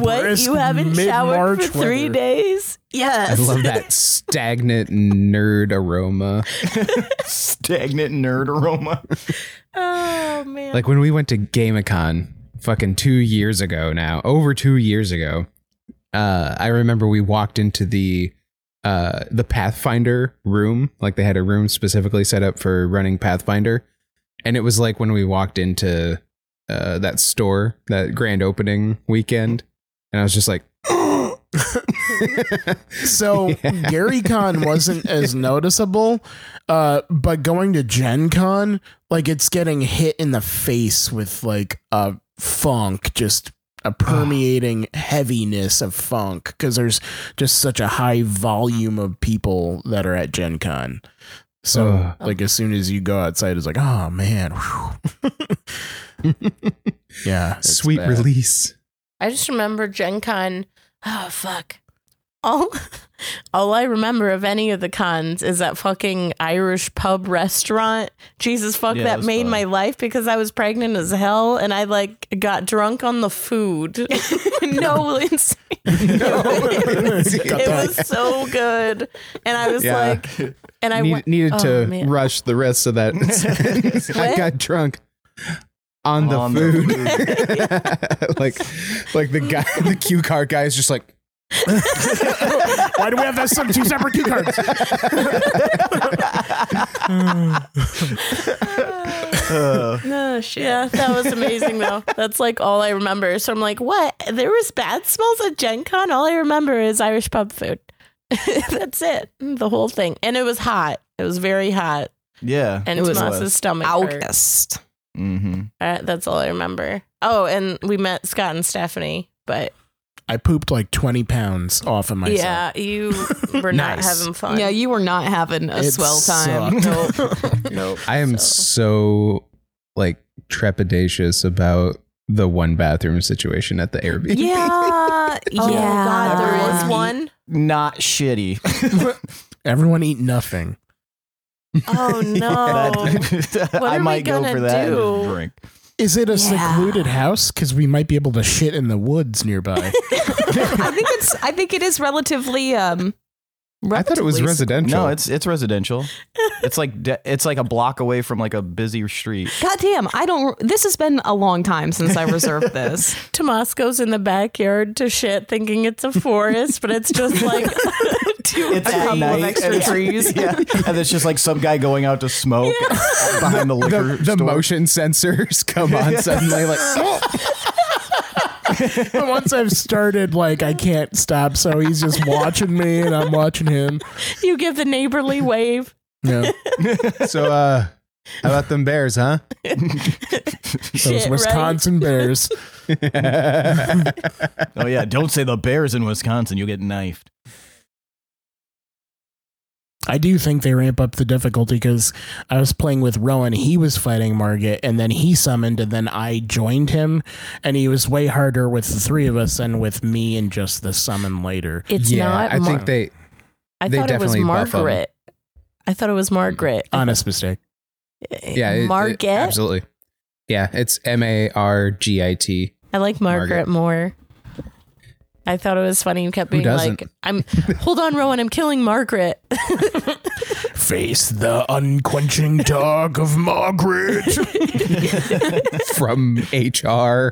A: What?
D: Brisk
A: You haven't showered
D: mid-March
A: for three
D: weather.
A: days?
C: I
A: Yes.
C: love that stagnant nerd aroma.
B: <laughs> stagnant nerd aroma.
A: Oh, man.
C: Like when we went to Gamicon fucking two years ago now, over two years ago, uh, I remember we walked into the uh, the Pathfinder room. Like they had a room specifically set up for running Pathfinder. And it was like when we walked into uh, that store, that grand opening weekend. And I was just like, <laughs>
D: So Gary Con wasn't as noticeable, uh, but going to Gen Con, like it's getting hit in the face with like a funk, just a permeating heaviness of funk because there's just such a high volume of people that are at Gen Con. So
C: Ugh.
D: like as soon as you go outside, it's like,
C: <laughs>
D: oh man, whew." yeah, it's
C: Sweet
D: bad.
C: release.
A: I just remember Gen Con. Oh fuck. All <laughs> all I remember of any of the cons is that fucking Irish pub restaurant. Jesus fuck
B: Yeah, that
A: that
B: was
A: made
B: fun.
A: my life because I was pregnant as hell and I like got drunk on the food. <laughs> no it's-
D: Got
A: it
D: that.
A: was so good. And I was
C: Yeah.
A: like and I
C: Need-
A: went
C: needed
A: oh,
C: to
A: man.
C: rush the rest of
A: <laughs>
C: that. sentence. I
A: What?
C: got drunk on the
B: On the
C: food. <laughs> like, like the guy, <laughs> the cue card guy is just like,
D: <laughs> Why do we have that sub two separate key cards?
A: <laughs>
G: No shit.
A: Yeah, that was amazing <laughs> though. That's like all I remember. So I'm like, what? There was bad smells at Gen Con? All I remember is Irish pub food. <laughs> That's it. The whole thing. And it was hot. It was very hot.
B: Yeah.
A: And
G: It was
A: Tomas's stomach. hurt.
G: August.
B: Mm-hmm.
A: Uh, that's all I remember. Oh, and we met Scott and Stephanie, but
D: I pooped like twenty pounds off of myself.
A: yeah, <laughs> you were not
D: Nice.
A: having fun.
G: Yeah, you were not having a
D: It
G: swell time.
D: sucked. <laughs>
B: Oh.
A: nope.
C: I am so, like trepidatious about the one bathroom situation at the Airbnb.
G: Yeah, yeah.
A: Oh, God, there was
D: <laughs>
G: Yeah.
A: one.
B: Not shitty.
D: Everyone eat nothing.
A: Oh, no.
B: <laughs> That-
A: <laughs> What
B: I
A: are we
B: might go
A: gonna
B: for that
A: do?
B: drink.
D: Is it a
E: Yeah.
D: secluded house? Because we might be able to shit in the woods
A: <laughs>
D: nearby.
G: I think it's. I think it is relatively. Um,
C: I thought it was
G: relatively-
C: residential.
B: No, it's it's residential. <laughs> it's like de- it's like a block away from like a busy street.
G: God damn, I don't. This has been a long time since I
A: <laughs>
G: reserved this.
A: Tomas goes in the backyard to shit thinking it's a forest, but it's <laughs> just like two
B: It's at
A: couple
B: night,
A: of
G: <laughs>
A: extra
B: and it's-
A: trees.
B: Yeah, and it's just like some guy going out to smoke behind the liquor
C: the, the
B: store.
C: motion sensors come
B: <laughs>
C: on suddenly. Like, <laughs>
D: but once I've started, like I can't stop. So he's just watching me, and I'm watching him.
A: <laughs> You give the neighborly wave.
B: <laughs>
D: Yeah.
C: so, uh, how about them bears,
A: <laughs>
C: huh?
A: Shit,
D: Those
A: right?
C: <laughs>
D: Wisconsin
A: <laughs>
D: Bears.
B: Oh yeah, don't say the bears in Wisconsin. You'll get knifed.
D: I do think they ramp up the difficulty because I was playing with Rowan. He was fighting Margit, and then he summoned, and then I joined him. And he was way harder with the three of us than with me and just the summon later.
A: It's
C: yeah,
A: not.
C: I
A: Mar-
C: think they.
A: I
C: they
A: thought it was
C: definitely buff 'em.
A: Margaret. I thought it
C: <laughs>
A: was Margaret.
D: Honest mistake.
C: Yeah, it- it-
A: Margit.
C: absolutely. Yeah, it's M A R G I T.
A: I like Margaret,
C: Margaret.
A: more. I thought it was funny. You kept
C: Who
A: being like,
C: doesn't?
A: "I'm hold on, Rowan. I'm killing Margaret."
D: Face the unquenching dog of
A: <laughs>
D: Margaret.
C: from HR.